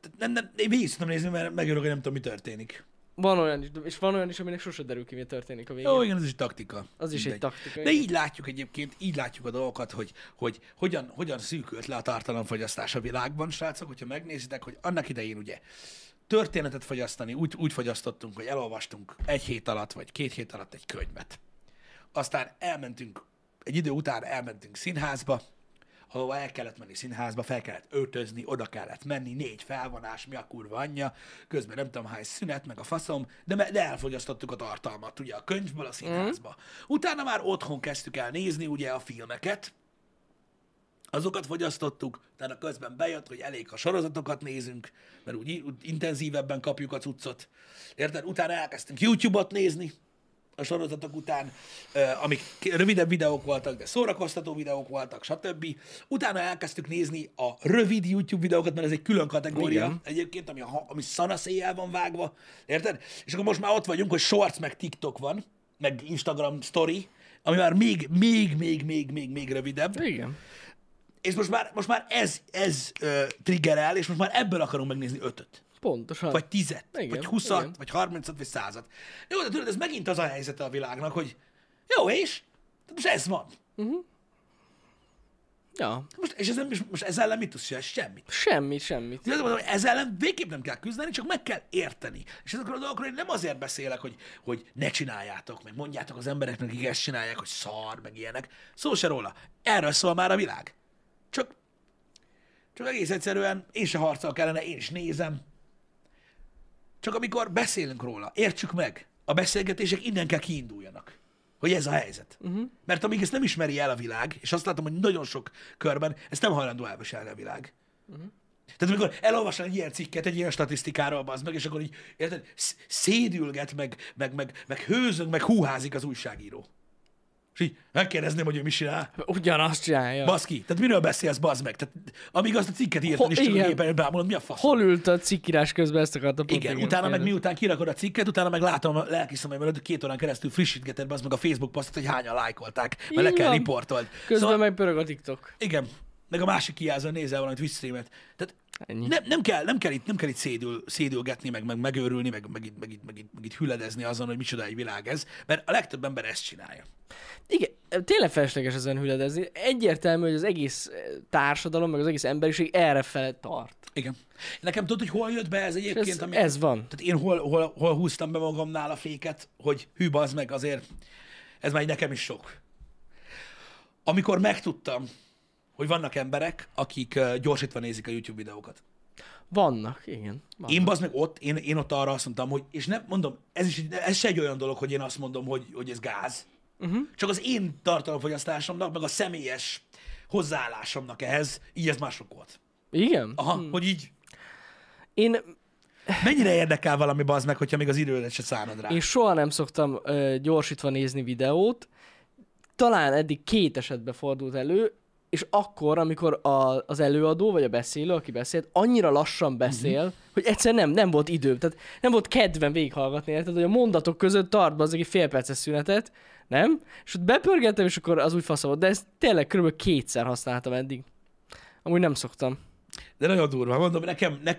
A: Tehát Nem, nem, én végig tudom nézni, mert megörök, hogy nem tudom, mi történik.
B: Van olyan is, és van olyan is, aminek sose derül ki, mi történik a végén.
A: Jó, igen, ez is taktika.
B: Az is egy
A: Mindegy.
B: taktika.
A: De
B: igen.
A: így látjuk egyébként, így látjuk a dolgokat, hogy, hogy hogyan, hogyan szűkült le a tartalomfogyasztás a világban, srácok, hogyha megnézitek, hogy annak idején ugye történetet fogyasztani, úgy, úgy fogyasztottunk, hogy elolvastunk egy hét alatt, vagy két hét alatt egy könyvet. Aztán elmentünk, egy idő után elmentünk színházba, ahova el kellett menni színházba, fel kellett öltözni, oda kellett menni, négy felvonás, mi a kurva anyja, közben nem tudom hány szünet, meg a faszom, de, me- de elfogyasztottuk a tartalmat, ugye a könyvből a színházba. Utána már otthon kezdtük el nézni ugye a filmeket, azokat fogyasztottuk, utána közben bejött, hogy elég, ha sorozatokat nézünk, mert úgy, úgy intenzívebben kapjuk a cuccot. Érted? Utána elkezdtünk YouTube-ot nézni, a sorozatok után, ö, amik k- rövidebb videók voltak, de szórakoztató videók voltak, stb. Utána elkezdtük nézni a rövid YouTube videókat, mert ez egy külön kategória
B: Igen.
A: egyébként, ami, a, ha- ami szanaszéjjel van vágva, érted? És akkor most már ott vagyunk, hogy shorts meg TikTok van, meg Instagram story, ami már még, még, még, még, még, még rövidebb.
B: Igen.
A: És most már, most már ez, ez ö, triggerel, és most már ebből akarunk megnézni ötöt.
B: Pontosan.
A: Vagy tizet,
B: Igen,
A: vagy huszat,
B: igen.
A: vagy harmincat, vagy százat. Jó, de tudod, ez megint az a helyzete a világnak, hogy jó, és? Tehát Most ez van.
B: Ja.
A: Most, és ez nem, és most ezzel ellen mit tudsz csinálni? Semmit.
B: Semmit, semmit.
A: Tudod, mondom, hogy ezzel ellen végképp nem kell küzdeni, csak meg kell érteni. És ezekről a dolgokról én nem azért beszélek, hogy, hogy ne csináljátok, meg mondjátok az embereknek, akik ezt csinálják, hogy szar, meg ilyenek. Szó se róla. Erről szól már a világ. Csak, csak egész egyszerűen én se harcol kellene, én is nézem. Csak amikor beszélünk róla, értsük meg, a beszélgetések innen kell kiinduljanak. Hogy ez a helyzet. Uh-huh. Mert amíg ezt nem ismeri el a világ, és azt látom, hogy nagyon sok körben ezt nem hajlandó elviselni a világ. Tehát amikor elolvasnál egy ilyen cikket, egy ilyen statisztikáról, az meg, és akkor így, érted, sz- szédülget, meg, meg, meg, meg hőzög, meg húházik az újságíró. És így megkérdezném, hogy ő mit csinál.
B: Ugyanazt csinálja.
A: Baszki, tehát miről beszélsz, bazd meg? Tehát, amíg azt a cikket írtad,
B: Ho-
A: és csak a
B: igen.
A: gépen bámulod, mi a fasz?
B: Hol ült a cikkírás közben, ezt akartam pont
A: Igen, utána meg
B: kérdezni.
A: miután kirakod a cikket, utána meg látom a lelki szemem előtt, hogy két órán keresztül frissítgeted az meg a Facebook posztot, hogy hányan lájkolták, mert le
B: Így
A: kell
B: van.
A: riportold.
B: Közben meg pörög a TikTok.
A: Igen. Meg a másik kijelzőn nézel valamit, Twitch streamet. Tehát
B: Ennyi.
A: nem, nem, kell, nem kell itt, nem kell itt szédül, szédülgetni, meg, meg megőrülni, meg, meg, itt, meg, itt, meg, itt, meg itt hüledezni azon, hogy micsoda egy világ ez, mert a legtöbb ember ezt csinálja.
B: Igen, tényleg felesleges ezen hüledezni. Egyértelmű, hogy az egész eh, társadalom, meg az egész emberiség erre fele tart.
A: Igen. Nekem tudod, hogy hol jött be ez
B: És Ez,
A: egyébként? ami-
B: ez van.
A: Tehát én hol, hol, hol húztam be magamnál a féket, hogy hű, az meg azért, ez már így nekem is sok. Amikor megtudtam, hogy vannak emberek, akik ö, gyorsítva nézik a YouTube videókat.
B: Vannak, igen. Vannak.
A: Én bazd meg ott, én, én ott arra azt mondtam, hogy, és nem mondom, ez is egy- ez se egy olyan dolog, hogy én azt mondom, hogy, hogy ez gáz.
B: Mhm.
A: Uh-huh. Csak az én tartalomfogyasztásomnak, meg a személyes hozzáállásomnak ehhez, így ez mások volt.
B: Igen?
A: Aha, hmm. hogy így
B: Én,
A: mennyire érdekel valami bazd meg, hogyha még az idődet se szánod rá.
B: én soha nem szoktam ö, gyorsítva nézni videót. Talán eddig két esetben fordult elő, és akkor, amikor a, az előadó vagy a beszélő, aki beszélt, annyira lassan beszél,
A: Mhm.
B: uh-huh. hogy egyszer nem, nem volt időm. Tehát nem volt kedvem végighallgatni, érted, hogy a mondatok között tart be az egy fél perces szünetet, nem? És ott bepörgettem, és akkor az úgy faszom volt. De ezt tényleg kb. kétszer használtam eddig. Amúgy nem szoktam.
A: De nagyon durva, mondom, nekem, ne,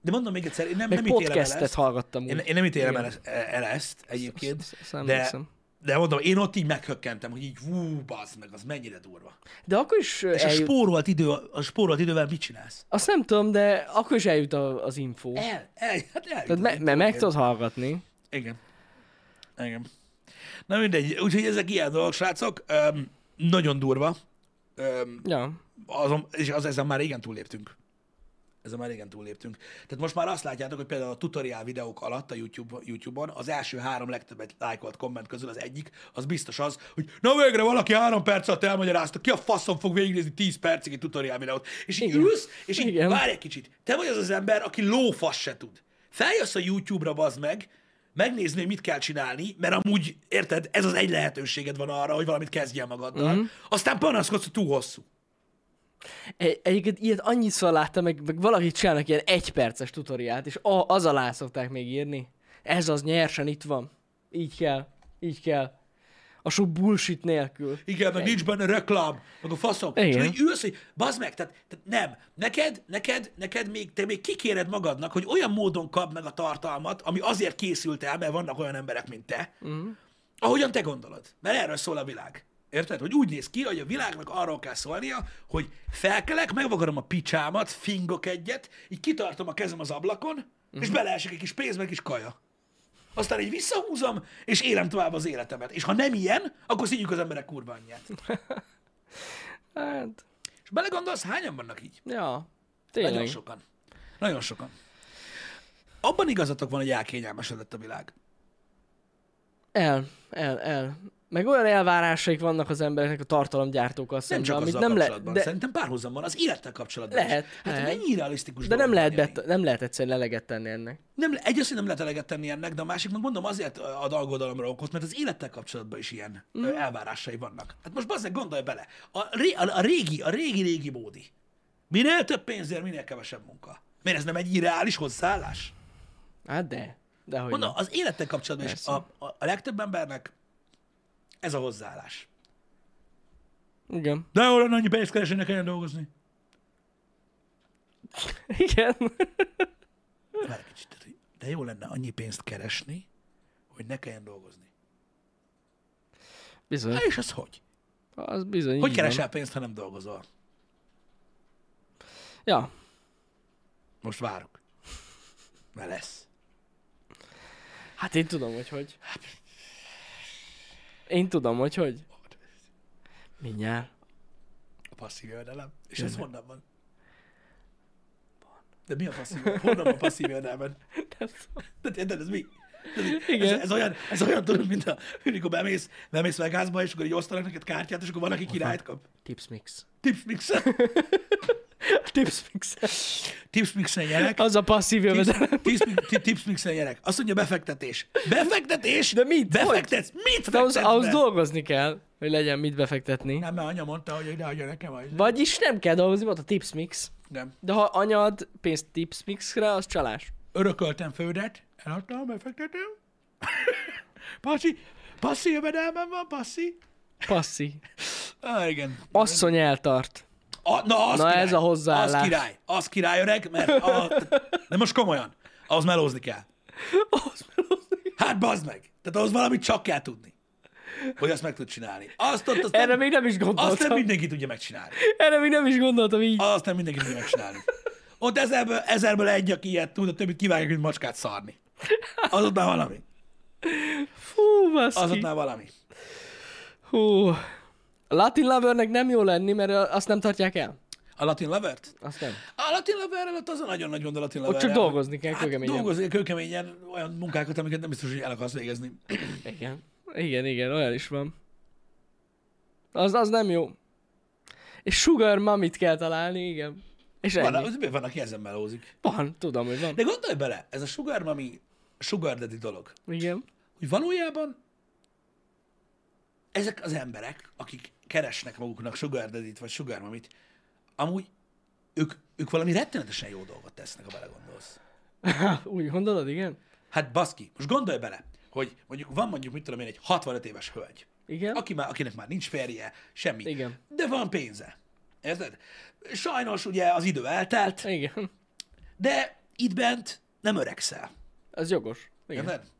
A: de mondom még egyszer, én nem,
B: Meg
A: nem ítélem el
B: podcastet
A: ezt.
B: hallgattam úgy.
A: Én, én nem ítélem el,
B: Igen.
A: ezt- el ezt egyébként,
B: Azt- azt nem
A: de,
B: emlékszem.
A: de mondom, én ott így meghökkentem, hogy így hú, bazd meg, az mennyire durva.
B: De akkor is ö,
A: És a
B: eljut...
A: spórolt, idő, a spórolt idővel mit csinálsz?
B: Azt nem tudom, de akkor is eljut a, az info.
A: El, el, hát el.
B: Tehát me- me- meg tudod hallgatni.
A: Igen. Igen. Na mindegy, úgyhogy ezek ilyen dolgok, srácok. Öm, nagyon durva. Öm,
B: Ja.
A: azon, és az, ezen már régen túlléptünk. Ezen már régen túlléptünk. Tehát most már azt látjátok, hogy például a tutoriál videók alatt a YouTube, YouTube-on az első három legtöbbet lájkolt komment közül az egyik, az biztos az, hogy na végre valaki három perc alatt elmagyarázta, ki a faszom fog végignézni 10 percig egy tutoriál videót. És így
B: Igen.
A: ülsz, és így
B: Igen.
A: várj egy kicsit. Te vagy az az ember, aki lófasz se tud. Feljössz a YouTube-ra, bazd meg, megnézni, hogy mit kell csinálni, mert amúgy, érted, ez az egy lehetőséged van arra, hogy valamit kezdjél magaddal.
B: Mhm.
A: Mm-hmm. Aztán panaszkodsz, hogy túl hosszú.
B: Egy- E, Egyébként ilyet annyiszor láttam, meg, meg valaki csinálnak ilyen egyperces tutoriát, és a- az alá szokták még írni. Ez az nyersen itt van. Így kell. Így kell. A sok bullshit nélkül.
A: Igen, meg nincs benne reklám, meg a faszom.
B: Igen.
A: És akkor így ülsz, hogy bazd meg, tehát, tehát nem. Neked, neked, neked még, te még kikéred magadnak, hogy olyan módon kap meg a tartalmat, ami azért készült el, mert vannak olyan emberek, mint te, uh-huh. ahogyan te gondolod. Mert erről szól a világ. Érted? Hogy úgy néz ki, hogy a világnak arról kell szólnia, hogy felkelek, megvakarom a picsámat, fingok egyet, így kitartom a kezem az ablakon, uh-huh. és beleesik egy kis pénz, meg egy kis kaja aztán így visszahúzom, és élem tovább az életemet. És ha nem ilyen, akkor szígyük az emberek kurva anyját.
B: Hát,
A: És belegondolsz, hányan vannak így?
B: Ja,
A: Nagyon
B: tényleg.
A: sokan. Nagyon sokan. Abban igazatok van, hogy elkényelmesedett a világ.
B: El, el, el. Meg olyan elvárásaik vannak az embereknek a tartalomgyártókkal
A: Nem
B: szemben,
A: csak
B: amit
A: azzal
B: nem le,
A: kapcsolatban.
B: de,
A: Szerintem párhuzamban az élettel kapcsolatban
B: Lehet,
A: is. Hát
B: lehet.
A: mennyi realisztikus
B: de nem
A: dolog
B: lehet,
A: van
B: bet, nem lehet egyszerűen leleget tenni ennek.
A: Nem, le- egyrészt hogy nem lehet eleget tenni ennek, de a másik, meg mondom, azért ad aggodalomra okot, mert az élettel kapcsolatban is ilyen mm.
B: Mhm.
A: elvárásai vannak. Hát most bazdmeg, gondolj bele. A, ré, a, a régi, a régi-régi módi. Minél több pénzért, minél kevesebb munka. Miért ez nem egy irreális hozzáállás?
B: Hát de, de hogy
A: Mondom, az élettel kapcsolatban is
B: Persze.
A: a, a, a legtöbb embernek ez a hozzáállás.
B: Igen.
A: De jó lenne annyi pénzt keresni, ne kelljen dolgozni.
B: Igen.
A: Várj egy kicsit, tehát, hogy de jó lenne annyi pénzt keresni, hogy ne kelljen dolgozni.
B: Bizony.
A: Na és az hogy?
B: Az bizony.
A: Hogy
B: így van.
A: keresel pénzt, ha nem dolgozol?
B: Ja.
A: Most várok. Mert lesz.
B: Hát én tudom, hogy hogy. Én tudom, hogy hogy. Mindjárt.
A: A passzív jövedelem. És ez honnan van? De mi a passzív jövedelem? Honnan van a passzív jövedelmen?
B: Nem tudom.
A: Tehát érted, ez mi? Tehát
B: Igen.
A: Ez, ez, olyan, ez olyan tudod, mint a, amikor bemész, bemész Vegasba, és akkor így osztanak neked kártyát, és akkor van, aki királyt kap.
B: Tips mix.
A: Tips mixen,
B: Tips mix.
A: tips mixen nyerek.
B: Az a passzív jövedelem.
A: Tips, tips, tips mixen nyerek. Azt mondja befektetés. Befektetés?
B: De mit?
A: Befektetsz? Mit
B: De ahhoz,
A: fektetsz
B: ahhoz
A: be?
B: dolgozni kell, hogy legyen mit befektetni.
A: Nem, mert anya mondta, hogy idehagyja nekem. az-
B: Vagyis nem kell dolgozni, volt a tips mix.
A: Nem.
B: De ha anyad pénzt tips mixre, az csalás.
A: Örököltem földet, eladtam, befektetem. Passi, passzi jövedelmem van, passzi.
B: Passzi.
A: Ah, igen.
B: Asszony eltart.
A: A, na, az
B: Na,
A: király.
B: ez a hozzáállás.
A: Az király, az király öreg, mert a, de most komolyan, ahhoz melózni kell. Hát bazd meg, tehát ahhoz valamit csak kell tudni, hogy azt meg tud csinálni. Azt ott, azt
B: Erre
A: nem,
B: még nem is
A: azt nem
B: gondoltam.
A: mindenki tudja megcsinálni.
B: Erre még nem is gondoltam így.
A: Azt nem mindenki tudja megcsinálni. Ott ezerből, ezerből egy, aki ilyet tud, a többit kivágják, mint macskát szarni. Az ott már valami.
B: Fú,
A: Az
B: baszki.
A: ott már valami.
B: Hú. A Latin Lovernek nem jó lenni, mert azt nem tartják el.
A: A Latin Lovert?
B: Azt nem.
A: A Latin Lover előtt az a nagyon nagy gond a Latin Lover.
B: csak dolgozni kell kőkeményen.
A: Dolgozni kell kőkeményen olyan munkákat, amiket nem biztos, hogy el akarsz végezni.
B: Igen. Igen, igen, olyan is van. Az, az nem jó. És Sugar Mamit kell találni, igen. És
A: Van,
B: ennyi.
A: az, van, aki ezen melózik.
B: Van, tudom, hogy van.
A: De gondolj bele, ez a sugar mami, sugar daddy dolog,
B: Igen.
A: hogy valójában ezek az emberek, akik keresnek maguknak sugar daddy-t vagy sugar mamit, amúgy ők, ők valami rettenetesen jó dolgot tesznek, ha belegondolsz.
B: Úgy gondolod, igen?
A: Hát baszki, most gondolj bele, hogy mondjuk van mondjuk, mit tudom én, egy 65 éves hölgy,
B: Igen.
A: aki már, akinek már nincs férje, semmi.
B: Igen.
A: De van pénze. Érted? Sajnos ugye az idő eltelt,
B: Igen.
A: de itt bent nem öregszel.
B: Az jogos. Igen.
A: Érted?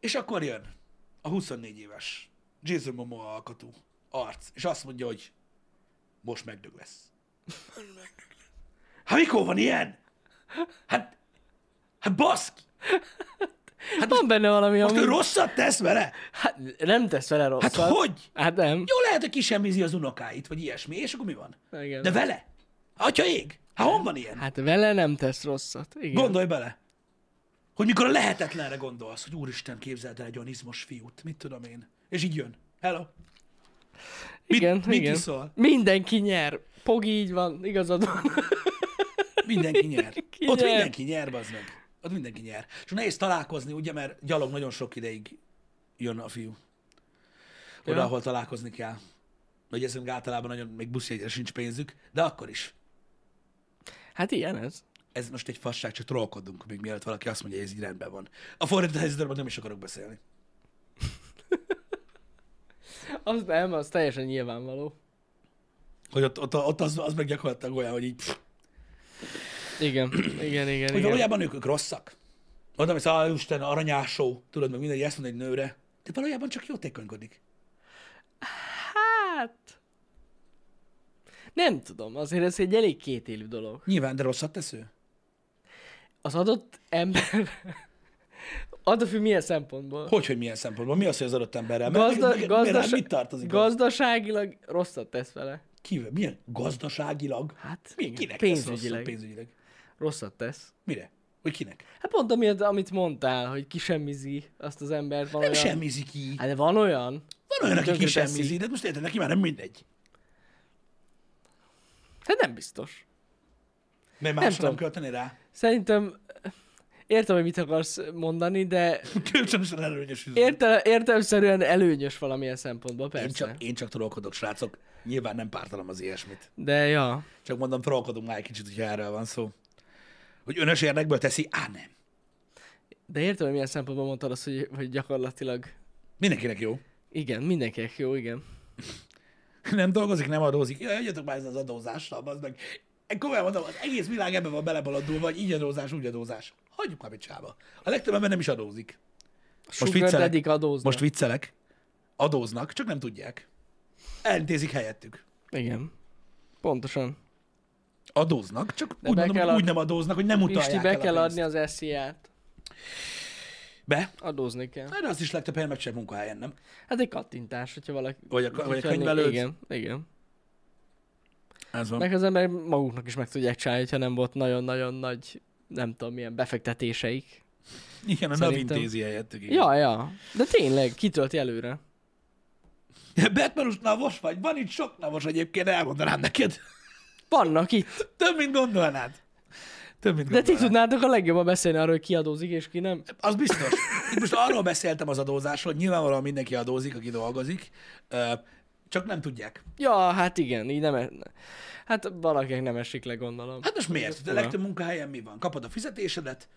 A: És akkor jön a 24 éves Jason Momoa alkotú arc, és azt mondja, hogy most megdög lesz. Hát mikor van ilyen? Hát, hát baszki!
B: Van benne valami,
A: hát Most ő
B: ami...
A: rosszat tesz vele?
B: Hát, nem tesz vele
A: Hát
B: rosszat.
A: hogy?
B: Hát nem.
A: Jó, lehet, hogy kisemmizi az unokáit, vagy ilyesmi, és akkor mi van?
B: Igen.
A: De vele? Atya ég? Hát hon van ilyen?
B: Hát vele nem tesz rosszat. Igen.
A: Gondolj bele! Hogy mikor a lehetetlenre gondolsz, hogy úristen, képzeld el egy olyan izmos fiút, mit tudom én. És így jön. Hello. Mit,
B: igen,
A: mit
B: igen.
A: iszol?
B: Mindenki nyer. Pogi így van, igazad van.
A: Mindenki nyer.
B: Mindenki
A: Ott
B: nyer.
A: mindenki nyer, bazd meg. Ott mindenki nyer. Csak nehéz találkozni, ugye, mert gyalog nagyon sok ideig jön a fiú. Oda,
B: Ja.
A: ahol találkozni kell. Nagy ezünk általában nagyon, még buszjegyre sincs pénzük, de akkor is.
B: Hát ilyen ez.
A: Ez most egy fasság, csak trollkodunk, még mielőtt valaki azt mondja, hogy ez így rendben van. A fordított helyzetről nem is akarok beszélni.
B: Az nem, az teljesen nyilvánvaló.
A: Hogy ott, ott, ott az, az meg gyakorlatilag olyan, hogy így... Pff,
B: Igen, igen, igen,
A: Hogy
B: igen.
A: valójában ők, ők rosszak. Mondom, hogy szóval Isten aranyásó, tudod, meg mindenki ezt mond egy nőre, de valójában csak jótékonykodik.
B: Hát... Nem tudom, azért ez egy elég kétélű dolog.
A: Nyilván, de rosszat tesz ő.
B: Az adott ember... Attól függ milyen szempontból.
A: Hogy, hogy milyen szempontból? Mi az, hogy az adott emberrel? Mert
B: Gazda,
A: neked- neked- miért
B: gazdas,
A: rá mit tartozik?
B: gazdaságilag rosszat tesz vele.
A: Kivel? Milyen? Gazdaságilag?
B: Hát,
A: Mi,
B: igen,
A: kinek pénzügyileg.
B: pénzügyileg.
A: Lesz pénzügyileg?
B: Rosszat tesz.
A: Mire? Hogy kinek?
B: Hát pont amiatt, amit mondtál, hogy kisemmizi azt az embert. Van
A: Nem
B: olyan...
A: semmizi ki.
B: Hát de van olyan?
A: Van olyan, aki
B: tönkre
A: ki
B: teszi.
A: semmizi, de most érted, neki már nem mindegy.
B: Hát nem biztos.
A: Mert másra nem
B: tudom.
A: költeni rá.
B: Szerintem értem, hogy mit akarsz mondani, de
A: Kölcsönösen előnyös üzlet.
B: érte, értelemszerűen előnyös valamilyen szempontból,
A: Én
B: persze.
A: csak, én csak trollkodok, srácok. Nyilván nem pártalom az ilyesmit.
B: De ja.
A: Csak mondom, trollkodunk már egy kicsit, hogyha erről van szó. Hogy önös érdekből teszi? Á, nem.
B: De értem, hogy milyen szempontból mondtad azt, hogy, hogy gyakorlatilag
A: Mindenkinek jó.
B: igen, mindenkinek jó, igen.
A: Nem dolgozik, nem adózik. Ja, egyetek már ezzel az adózással, az meg. Én Komolyan mondom, az egész világ ebben van belebaladulva, vagy így adózás, úgy adózás. Hagyjuk már picsába. A legtöbb ember nem is adózik.
B: Most Sugar
A: viccelek.
B: Daddy-k adóznak.
A: Most viccelek. Adóznak, csak nem tudják. Elintézik helyettük.
B: Igen. Pontosan.
A: Adóznak, csak úgy,
B: be
A: mondom,
B: kell
A: hogy úgy
B: ad-
A: nem adóznak, hogy nem utalják
B: Pisti, be
A: el
B: kell
A: a
B: adni
A: pénzt.
B: az SZIA-t.
A: Be?
B: Adózni kell.
A: Hát, De azt is legtöbb helyen meg sem munkahelyen, nem?
B: Hát egy kattintás, hogyha valaki...
A: Vagy a- vagy a
B: hogyha
A: könyvelődsz.
B: Igen, igen.
A: Ez van.
B: Meg az emberek maguknak is meg tudják csinálni, ha nem volt nagyon-nagyon nagy, nem tudom, milyen befektetéseik.
A: Igen, mert NAV
B: Szerintem.
A: intézi helyettük. Igen.
B: Ja, ja. De tényleg, kitölti előre.
A: Batmanus navos vagy? Van itt sok navos egyébként, elmondanám neked.
B: Vannak itt.
A: Több, mint gondolnád. Több, mint
B: De ti
A: gondolnád.
B: tudnátok a legjobban beszélni arról, hogy ki adózik és ki nem.
A: Az biztos. Itt most arról beszéltem az adózásról, hogy nyilvánvalóan mindenki adózik, aki dolgozik, ö, csak nem tudják.
B: Ja, hát igen, így nem... e- Hát valakinek nem esik le, gondolom.
A: Hát most miért? De a
B: fura.
A: legtöbb munkahelyen mi van? Kapod a fizetésedet,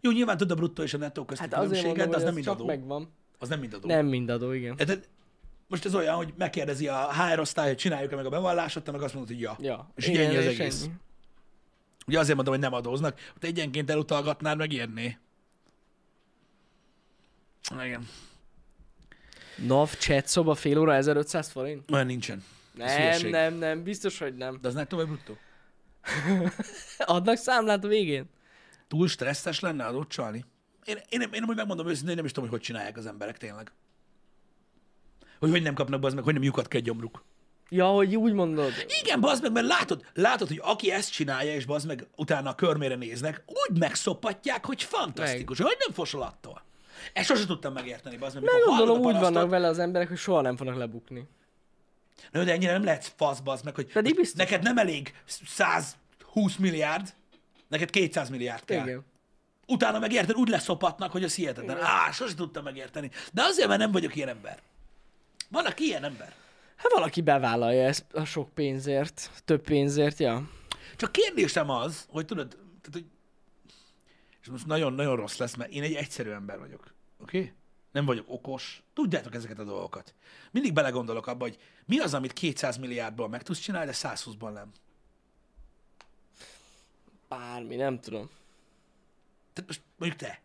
A: jó, nyilván tudod a bruttó és a nettó közti
B: Hát
A: hát
B: azért
A: különbséget,
B: mondom,
A: de az nem mind
B: hogy ez csak
A: adó. Meg...
B: megvan.
A: Az nem mind adó.
B: Nem mind adó, igen.
A: Érted? Most ez olyan, hogy megkérdezi a HR osztály, hogy csináljuk-e meg a bevallásot, te meg azt mondod, hogy ja.
B: Ja.
A: És igen, ennyi az egész.
B: ennyi.
A: Ugye azért mondom, hogy nem adóznak, hogy egyenként elutalgatnád, meg érné. Igen.
B: NAV chat szoba fél óra 1500 forint?
A: Olyan nincsen. Ez
B: Nem,
A: hülyeség.
B: nem, nem, biztos, hogy nem.
A: De az nettó vagy bruttó?
B: Adnak számlát a végén?
A: Túl stresszes lenne adót csalni? Én, én, én, én amúgy megmondom őszintén, én nem is tudom, hogy hogy csinálják az emberek tényleg. Hogy hogy nem kapnak bazd meg, hogy nem lyukat kell gyomruk.
B: Ja, hogy úgy mondod.
A: Igen, bazd meg, mert látod, látod, hogy aki ezt csinálja, és bazd meg utána a körmére néznek, úgy megszopatják, hogy fantasztikus, hogy nem fosol attól. Ezt sose tudtam megérteni, bazd meg. mikor
B: Gondolom
A: hallod a
B: úgy vannak
A: parasztot.
B: vele az emberek, hogy soha nem fognak lebukni.
A: Na, de ennyire nem lehetsz fasz, bazd meg, hogy
B: Pedig
A: hogy
B: biztos.
A: neked nem elég 120 milliárd, neked 200 milliárd kell.
B: Igen.
A: Utána meg érted, úgy leszopatnak, hogy a hihetetlen. Á, sose tudtam megérteni. De azért, mert nem vagyok ilyen ember. Van, aki ilyen ember.
B: Hát valaki bevállalja ezt a sok pénzért, több pénzért, ja.
A: Csak kérdésem az, hogy tudod, tehát, hogy... és most nagyon-nagyon rossz lesz, mert én egy egyszerű ember vagyok. Oké? Okay? Nem vagyok okos. Tudjátok ezeket a dolgokat. Mindig belegondolok abba, hogy mi az, amit 200 milliárdból meg tudsz csinálni, de 120-ban nem.
B: Bármi, nem tudom.
A: Tehát most mondjuk te.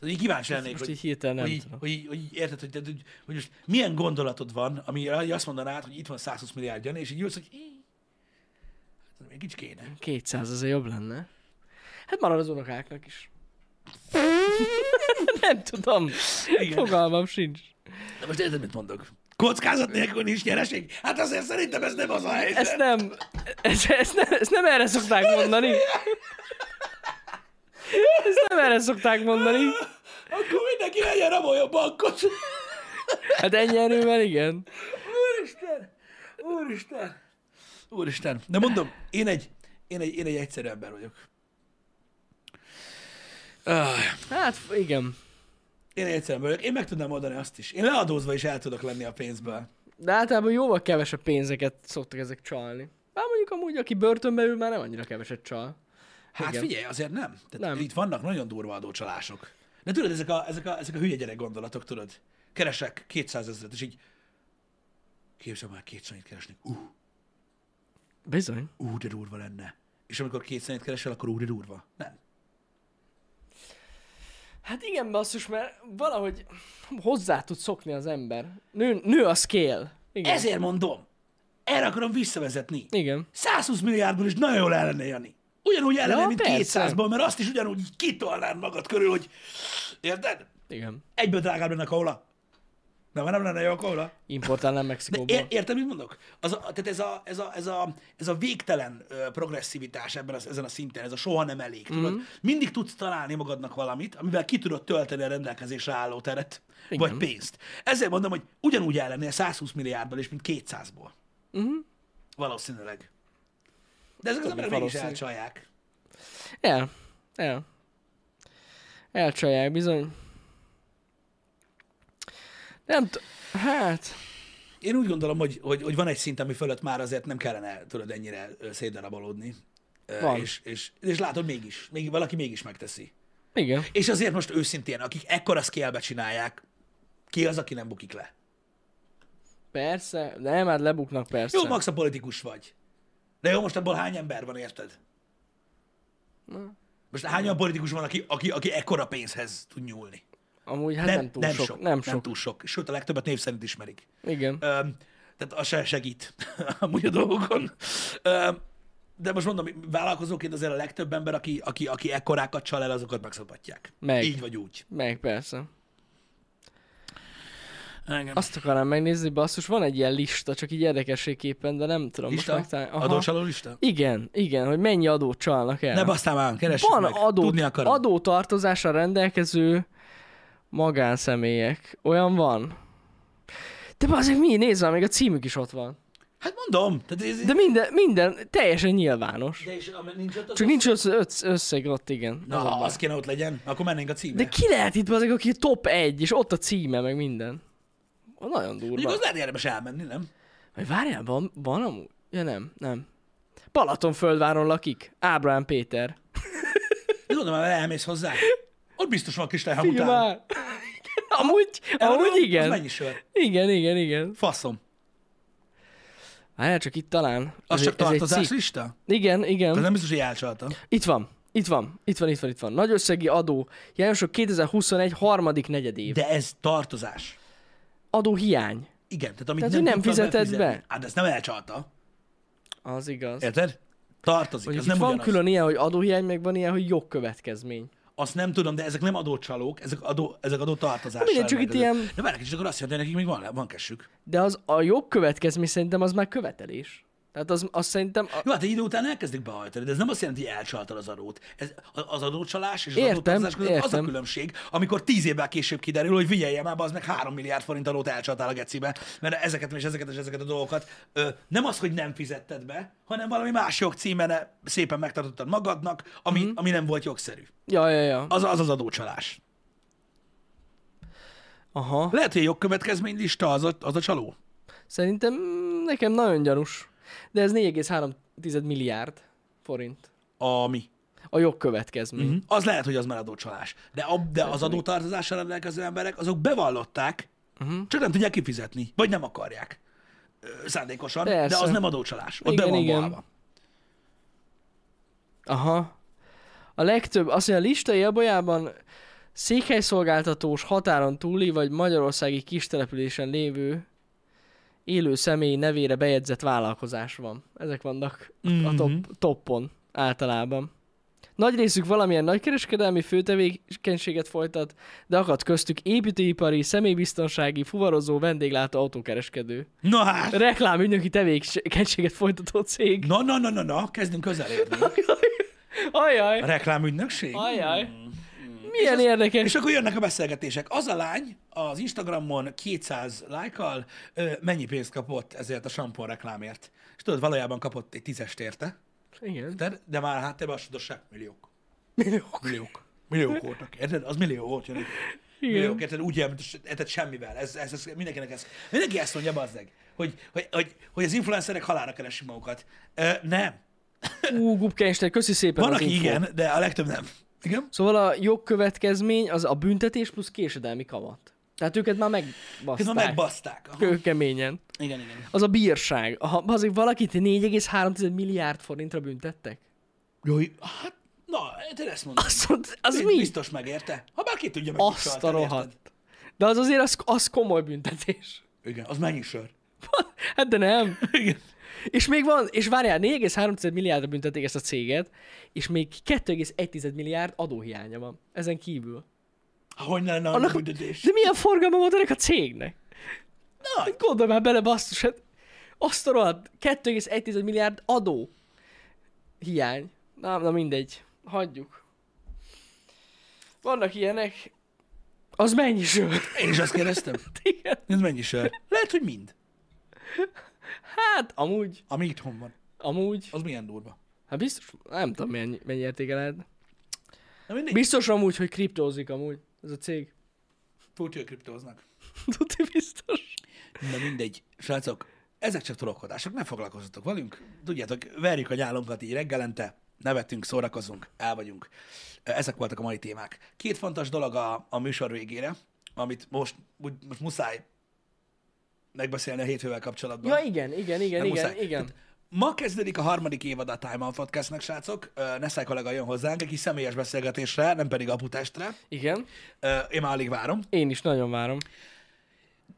A: Tehát így kíváncsi lennék,
B: Most
A: hogy,
B: így hirtelen nem
A: hogy, így-
B: tudom.
A: hogy, így- hogy, így érted, hogy, tehát, hogy, hogy, most milyen gondolatod van, ami arra, hogy azt mondanád, hogy itt van 120 milliárd gyanú, és így ülsz, hogy "Í, hát ez még kicsi kéne.
B: 200 azért jobb lenne. Hát marad az unokáknak is. nem tudom.
A: Igen.
B: Fogalmam sincs.
A: De most érted, mit mondok? Kockázat nélkül nincs nyereség? Hát azért szerintem ez nem az a helyzet.
B: Ezt nem, ezt, ezt nem, ezt nem erre szokták mondani. Ezt nem erre szokták mondani.
A: Akkor mindenki legyen rabolja a bankot.
B: Hát ennyi erővel igen.
A: Úristen! Úristen! Úristen! De mondom, én egy, én egy, én egy egyszerű ember vagyok. Ah.
B: Hát igen.
A: Én egyszerűen vagyok. Én meg tudnám oldani azt is. Én leadózva is el tudok lenni a pénzből.
B: De általában jóval kevesebb pénzeket szoktak ezek csalni. Bár mondjuk amúgy, aki börtönbe ül, már nem annyira keveset csal.
A: Hát
B: Igen.
A: Igen. figyelj, azért nem. Tehát
B: Nem.
A: nem. itt vannak nagyon durva adócsalások. De tudod, ezek a, ezek a, ezek a hülye gyerek gondolatok, tudod? Keresek 200 ezeret, és így képzel már kétszannyit keresnék. Ú,
B: Bizony.
A: ú, de durva lenne. És amikor kétszannyit keresel, akkor ú, de durva. Nem.
B: Hát igen, basszus, mert valahogy hozzá tud szokni az ember. Nő, nő a scale. Igen.
A: Ezért mondom. Erre akarom visszavezetni.
B: Igen.
A: 120 milliárdból is nagyon jól el lenne, Jani. Ugyanúgy el lenne,
B: Ja,
A: mint
B: persze.
A: 200-ból, mert azt is ugyanúgy így kitolnád magad körül, hogy érted?
B: Igen.
A: Egyből drágább lenne a kaula. Na, már nem lenne jó a kóla?
B: Importálnám Mexikóból.
A: Ér, érted, mit mondok? Az a, tehát ez a, ez, a, ez, a, ez a végtelen ö, progresszivitás ebben az, ezen a szinten, ez a soha nem elég. Tudod?
B: Mhm.
A: Mm. Mindig tudsz találni magadnak valamit, amivel ki tudod tölteni a rendelkezésre álló teret, Igen. vagy pénzt. Ezért mondom, hogy ugyanúgy el lennél 120 milliárdból is, mint 200-ból.
B: Mhm.
A: Valószínűleg. De ezek az
B: Több, mint
A: emberek mégis
B: valószínű.
A: elcsalják.
B: El. El. Elcsalják, bizony. Nem t- Hát...
A: Én úgy gondolom, hogy, hogy, hogy van egy szint, ami fölött már azért nem kellene, tudod, ennyire ö, szétdarabolódni. Ö,
B: Van.
A: És, és, és látod, mégis. Még, valaki mégis megteszi.
B: Igen.
A: És azért most őszintén, akik ekkora scale csinálják, ki az, aki nem bukik le?
B: Persze. Nem, hát lebuknak persze.
A: Jó, max a politikus vagy. De jó, most abból hány ember van, érted? Most hány olyan politikus van, aki, aki, aki ekkora pénzhez tud nyúlni?
B: Amúgy hát nem, nem túl
A: nem
B: sok. Nem sok.
A: nem túl sok. Sőt, a legtöbbet név szerint ismerik.
B: Igen.
A: Öm, tehát az se segít amúgy a dolgokon. Öm, de most mondom, vállalkozóként azért a legtöbb ember, aki, aki, aki ekkorákat csal el, azokat megszabadják.
B: Meg.
A: Így vagy úgy.
B: Meg persze.
A: Engem.
B: Azt akarnám megnézni, basszus, van egy ilyen lista, csak így érdekességképpen, de nem tudom
A: lista?
B: most megtalálni. Aha.
A: Adócsaló lista?
B: Igen, igen, hogy mennyi adót csalnak el.
A: Ne basztál már, keressük
B: van
A: meg.
B: adó,
A: Tudni akarom.
B: adótartozással rendelkező magánszemélyek. Olyan van. De azért mi? Nézd már, még a címük is ott van.
A: Hát mondom. Tehát ez,
B: De minden, minden teljesen nyilvános.
A: de és, am- nincs ott az
B: Csak nincs össze, össz- összeg ott, igen.
A: Na,
B: az a
A: ha
B: baj.
A: az kéne ott legyen, akkor mennénk a címre.
B: De ki lehet itt azok, aki top 1, és ott a címe, meg minden. Nagyon
A: Mondjuk
B: durva.
A: az lehet érdemes elmenni, nem?
B: Vagy várjál, van, van amúgy? Ja nem, nem. Balatonföldváron lakik. Ábrán Péter.
A: De gondolom, ha elmész hozzá. Ott biztos van kis lehám
B: Igen,
A: után.
B: már. amúgy, amúgy igen.
A: Az mennyi sör?
B: Igen, igen, igen.
A: Faszom.
B: Várjál csak itt talán.
A: Az
B: Ez
A: csak
B: egy- ez egy
A: tartozás
B: cikk.
A: lista?
B: Igen,
A: Az
B: igen.
A: nem biztos, hogy elcsalta.
B: Itt van. Itt van, itt van, itt van, itt van. Nagy összegi adó. Jánosok 2021 harmadik negyedév.
A: De ez tartozás.
B: Adó hiány.
A: Igen, tehát amit
B: Tehát,
A: nem,
B: hogy nem
A: tudtad
B: fizeted
A: befizetni.
B: be?
A: Hát de ezt nem elcsalta.
B: Az igaz.
A: Érted? Tartozik,
B: Mondjuk
A: ez
B: itt
A: nem
B: van
A: ugyanaz.
B: külön ilyen, hogy adóhiány, meg van ilyen, hogy jogkövetkezmény.
A: Azt nem tudom, de ezek nem adócsalók, ezek adó, ezek adó tartozással.
B: mindegy, csak itt
A: rendelkezők.
B: ilyen-
A: De várj egy kicsit, akkor azt jelenti, hogy nekik még van, van kessük.
B: De az a jogkövetkezmény szerintem az már követelés. Tehát az, az szerintem... A...
A: Jó, hát egy idő után elkezdik behajtani, de ez nem azt jelenti, hogy elcsaltad az adót. Ez, a- az adócsalás és az
B: Értem,
A: adótartozás között az a
B: értem.
A: különbség, amikor tíz évvel később kiderül, hogy vigyelje már, az meg három milliárd forint adót elcsaltál a gecibe, mert ezeket és ezeket és ezeket a dolgokat ö, nem az, hogy nem fizetted be, hanem valami más jogcímen szépen megtartottad magadnak, ami,
B: Mhm.
A: mm. ami nem volt jogszerű.
B: Ja, ja, ja.
A: Az az, az adócsalás.
B: Aha.
A: Lehet, hogy a jogkövetkezménylista az a, az a csaló.
B: Szerintem mm, nekem nagyon gyanús. De ez 4,3 milliárd forint.
A: Ami.
B: A jogkövetkezmény.
A: Mm. Az lehet, hogy az már adócsalás. De, ab, de az adótartozással rendelkező emberek, azok bevallották,
B: Mhm.
A: uh-huh. csak nem tudják kifizetni, vagy nem akarják Ö, szándékosan, de
B: Persze.
A: az nem adócsalás. Ott
B: Igen,
A: be van
B: igen.
A: vallva.
B: Aha. A legtöbb, azt mondja, a lista élbolyában székhelyszolgáltatós, határon túli vagy magyarországi kistelepülésen lévő élő személy nevére bejegyzett vállalkozás van. Ezek vannak mm-hmm. a top, toppon általában. Nagy részük valamilyen nagykereskedelmi főtevékenységet folytat, de akad köztük építőipari, személybiztonsági, fuvarozó, vendéglátó, autókereskedő.
A: Na hát,
B: Reklámügynöki tevékenységet folytató cég.
A: na, na, na, na, na, kezdünk közelérni.
B: Ajaj!
A: A reklámügynökség?
B: Ajaj. Milyen érdekes.
A: Mm. És akkor jönnek a beszélgetések. Az a lány az Instagramon 200 lájkal ö, mennyi pénzt kapott ezért a sampon reklámért. És tudod, valójában kapott egy tízest érte,
B: Igen.
A: de, de már háttérben azt tudod, se milliók.
B: Milliók.
A: Milliók. Milliók voltak, érted? Az millió volt, Jani. Milliók, érted? Úgy ilyen, mint s- érted semmivel. Ez, ez, ez, mindenkinek ez, mindenki ezt mondja, bazdeg, hogy, hogy, hogy, hogy az influencerek halára keresik magukat. Ö, nem.
B: Ú, Gubkenstein, köszi szépen
A: Van,
B: az
A: aki
B: infót.
A: igen, de a legtöbb nem. Igen?
B: Szóval a jogkövetkezmény az a büntetés plusz késedelmi kamat. Tehát őket
A: Ez
B: már
A: már
B: megbaszták.
A: megbaszták. Aha.
B: Kőkeményen.
A: Igen, igen.
B: Az a bírság. Aha, azért valakit 4,3 milliárd forintra büntettek?
A: Jó, hát, na, te ezt mondom.
B: Azt mondod, az
A: Én
B: mi?
A: Biztos megérte. Ha bárki tudja meg, mit
B: Azt a
A: csaltál, érted?
B: rohadt. De az azért az, az komoly büntetés.
A: Igen, az mennyi sör?
B: Hát de nem.
A: Igen.
B: És még van, és várjál, 4,3 milliárdra büntették ezt a céget, és még 2,1 milliárd adóhiánya van. Ezen kívül.
A: Hogy ne lenne a
B: Annak-
A: büntetés?
B: De milyen forgalma volt ennek a cégnek?
A: Nagy.
B: Gondolj már bele, basszus, hát azt a rohadt 2,1 milliárd adó hiány. Na, na mindegy, hagyjuk. Vannak ilyenek, az mennyi sör?
A: Én is azt kérdeztem.
B: Igen.
A: Ez mennyi sör? Lehet, hogy mind.
B: Hát, amúgy,
A: Ami itthon van.
B: amúgy,
A: Az milyen durva.
B: hát biztos, nem tudom mennyi, mennyi értéke lehet.
A: Nem mindig.
B: Biztos amúgy, hogy kriptózik amúgy, ez a cég.
A: Tudja, hogy kriptóznak.
B: Tudni biztos.
A: Na mindegy. Srácok, ezek csak trollkodások, ne foglalkozzatok velünk. Tudjátok, verjük a nyálunkat így reggelente, nevetünk, szórakozunk, el vagyunk. Ezek voltak a mai témák. Két fontos dolog a, a műsor végére, amit most, úgy, most muszáj megbeszélni a hétfővel kapcsolatban.
B: Ja, igen, igen, igen,
A: Nem
B: igen,
A: muszáj.
B: igen.
A: Ma kezdődik a harmadik évad a Time Out Podcastnek, srácok. Ö, Neszaj kollega jön hozzánk egy kis személyes beszélgetésre, nem pedig aputestre.
B: Igen.
A: Ö, Én már alig várom.
B: Én is nagyon várom.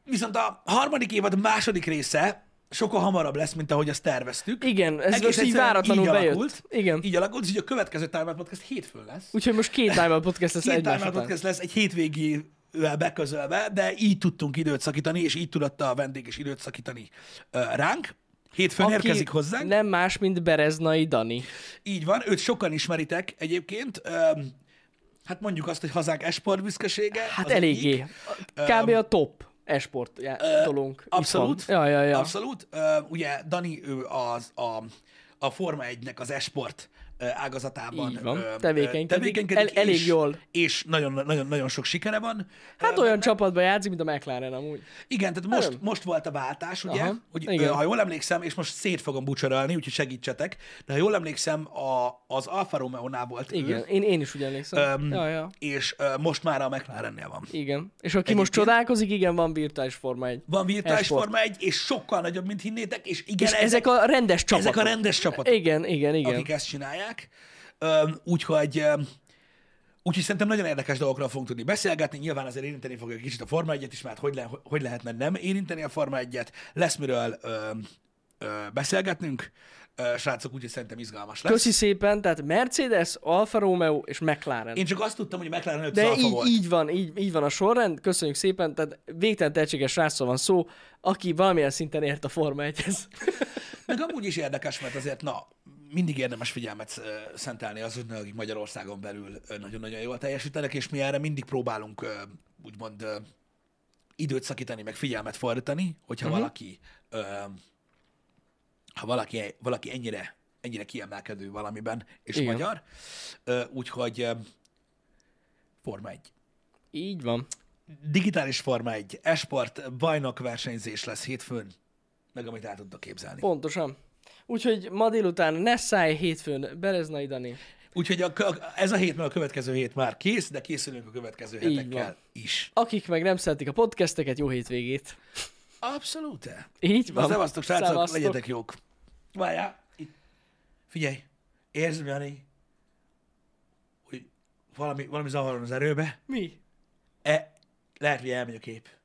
A: Viszont a harmadik évad második része sokkal hamarabb lesz, mint ahogy azt terveztük.
B: Igen, ez
A: Egész
B: most így
A: egyszerűen
B: váratlanul bejött.
A: Alakult,
B: Igen.
A: Így alakult, és így a következő Time Out Podcast hétfőn lesz.
B: Úgyhogy most két Time Out Podcast lesz
A: Két
B: egymás
A: Time Out
B: után.
A: Podcast lesz egy hétvégi beközölve, de így tudtunk időt szakítani, és így tudott a vendég is időt szakítani ö, ránk. Hétfőn
B: Aki
A: érkezik hozzánk.
B: Nem más, mint Bereznai Dani.
A: Így van, őt sokan ismeritek egyébként. Öm, hát mondjuk azt, hogy hazánk esport büszkesége.
B: Hát
A: az
B: eléggé.
A: egyik.
B: Kb. a top esport já- tolunk. itt
A: Abszolút.
B: van. Ja, ja, ja.
A: Abszolút. Öm, ugye Dani, ő az, a, a Forma 1-nek az esport ö, ágazatában
B: Így van.
A: ö, ö,
B: Tevékenykedik. El-
A: tevékenykedik
B: elég
A: és,
B: jól.
A: És nagyon, nagyon, nagyon sok sikere van.
B: Hát olyan csapatban játszik, mint a McLaren amúgy.
A: Igen, tehát most,
B: Öröm.
A: most volt a váltás, ugye?
B: Aha,
A: hogy,
B: igen.
A: ö, ha jól emlékszem, és most szét fogom bucsorolni, úgyhogy segítsetek, de ha jól emlékszem, a, az Alfa Romeo-nál volt ő,
B: Igen, én, én is úgy emlékszem.
A: Öm,
B: ja, ja.
A: és ö, most már a McLarennél van.
B: Igen. És aki most
A: egyébként-
B: csodálkozik, igen, van virtuális forma egy.
A: Van virtuális
B: Esport.
A: Forma 1, és sokkal nagyobb, mint hinnétek, és igen,
B: És ezek a rendes csapatok.
A: ezek a rendes csapatok,
B: Igen, igen, igen.
A: akik ezt csinálják. Öm, Úgyhogy öm, Úgyhogy szerintem nagyon érdekes dolgokról fogunk tudni beszélgetni. Nyilván azért érinteni fogjuk kicsit a Forma 1-et is, mert hogy, le, hogy lehetne nem érinteni a Forma 1-et. Lesz miről ö, ö, beszélgetnünk, ö, srácok, úgyhogy szerintem izgalmas lesz.
B: Köszi szépen, tehát Mercedes, Alfa Romeo és McLaren.
A: Én csak azt tudtam, hogy a McLaren 5
B: De
A: szalfa
B: így,
A: volt.
B: így van, így, így van a sorrend, köszönjük szépen, tehát végtelen tehetséges srácról van szó, aki valamilyen szinten ért a Forma 1-hez.
A: Meg amúgy is érdekes, mert azért, na, mindig érdemes figyelmet ö, szentelni azoknak, akik Magyarországon belül ö, nagyon-nagyon jól teljesítenek, és mi erre mindig próbálunk ö, úgymond ö, időt szakítani, meg figyelmet fordítani, hogyha uh-huh. valaki ö, ha valaki, valaki ennyire, ennyire kiemelkedő valamiben, és
B: Igen.
A: Igen. magyar, ö, úgyhogy ö, Forma 1.
B: Így van.
A: Digitális Forma 1, esport, bajnok versenyzés lesz hétfőn, meg amit el tudtok képzelni.
B: Pontosan. Úgyhogy ma délután Nessai, hétfőn Bereznai Dani.
A: Úgyhogy a, kö- ez a hét, meg a következő hét már kész, de készülünk a következő
B: Így
A: hetekkel is.
B: Akik meg nem szeretik a podcasteket, jó hétvégét.
A: Abszolút.
B: Így
A: Na,
B: van.
A: szevasztok, srácok,
B: Szevasztok.
A: legyetek jók. Várjál, itt. Figyelj, érzem, Jani, hogy valami, valami zavar van az erőbe.
B: Mi?
A: E, lehet, hogy elmegy a kép.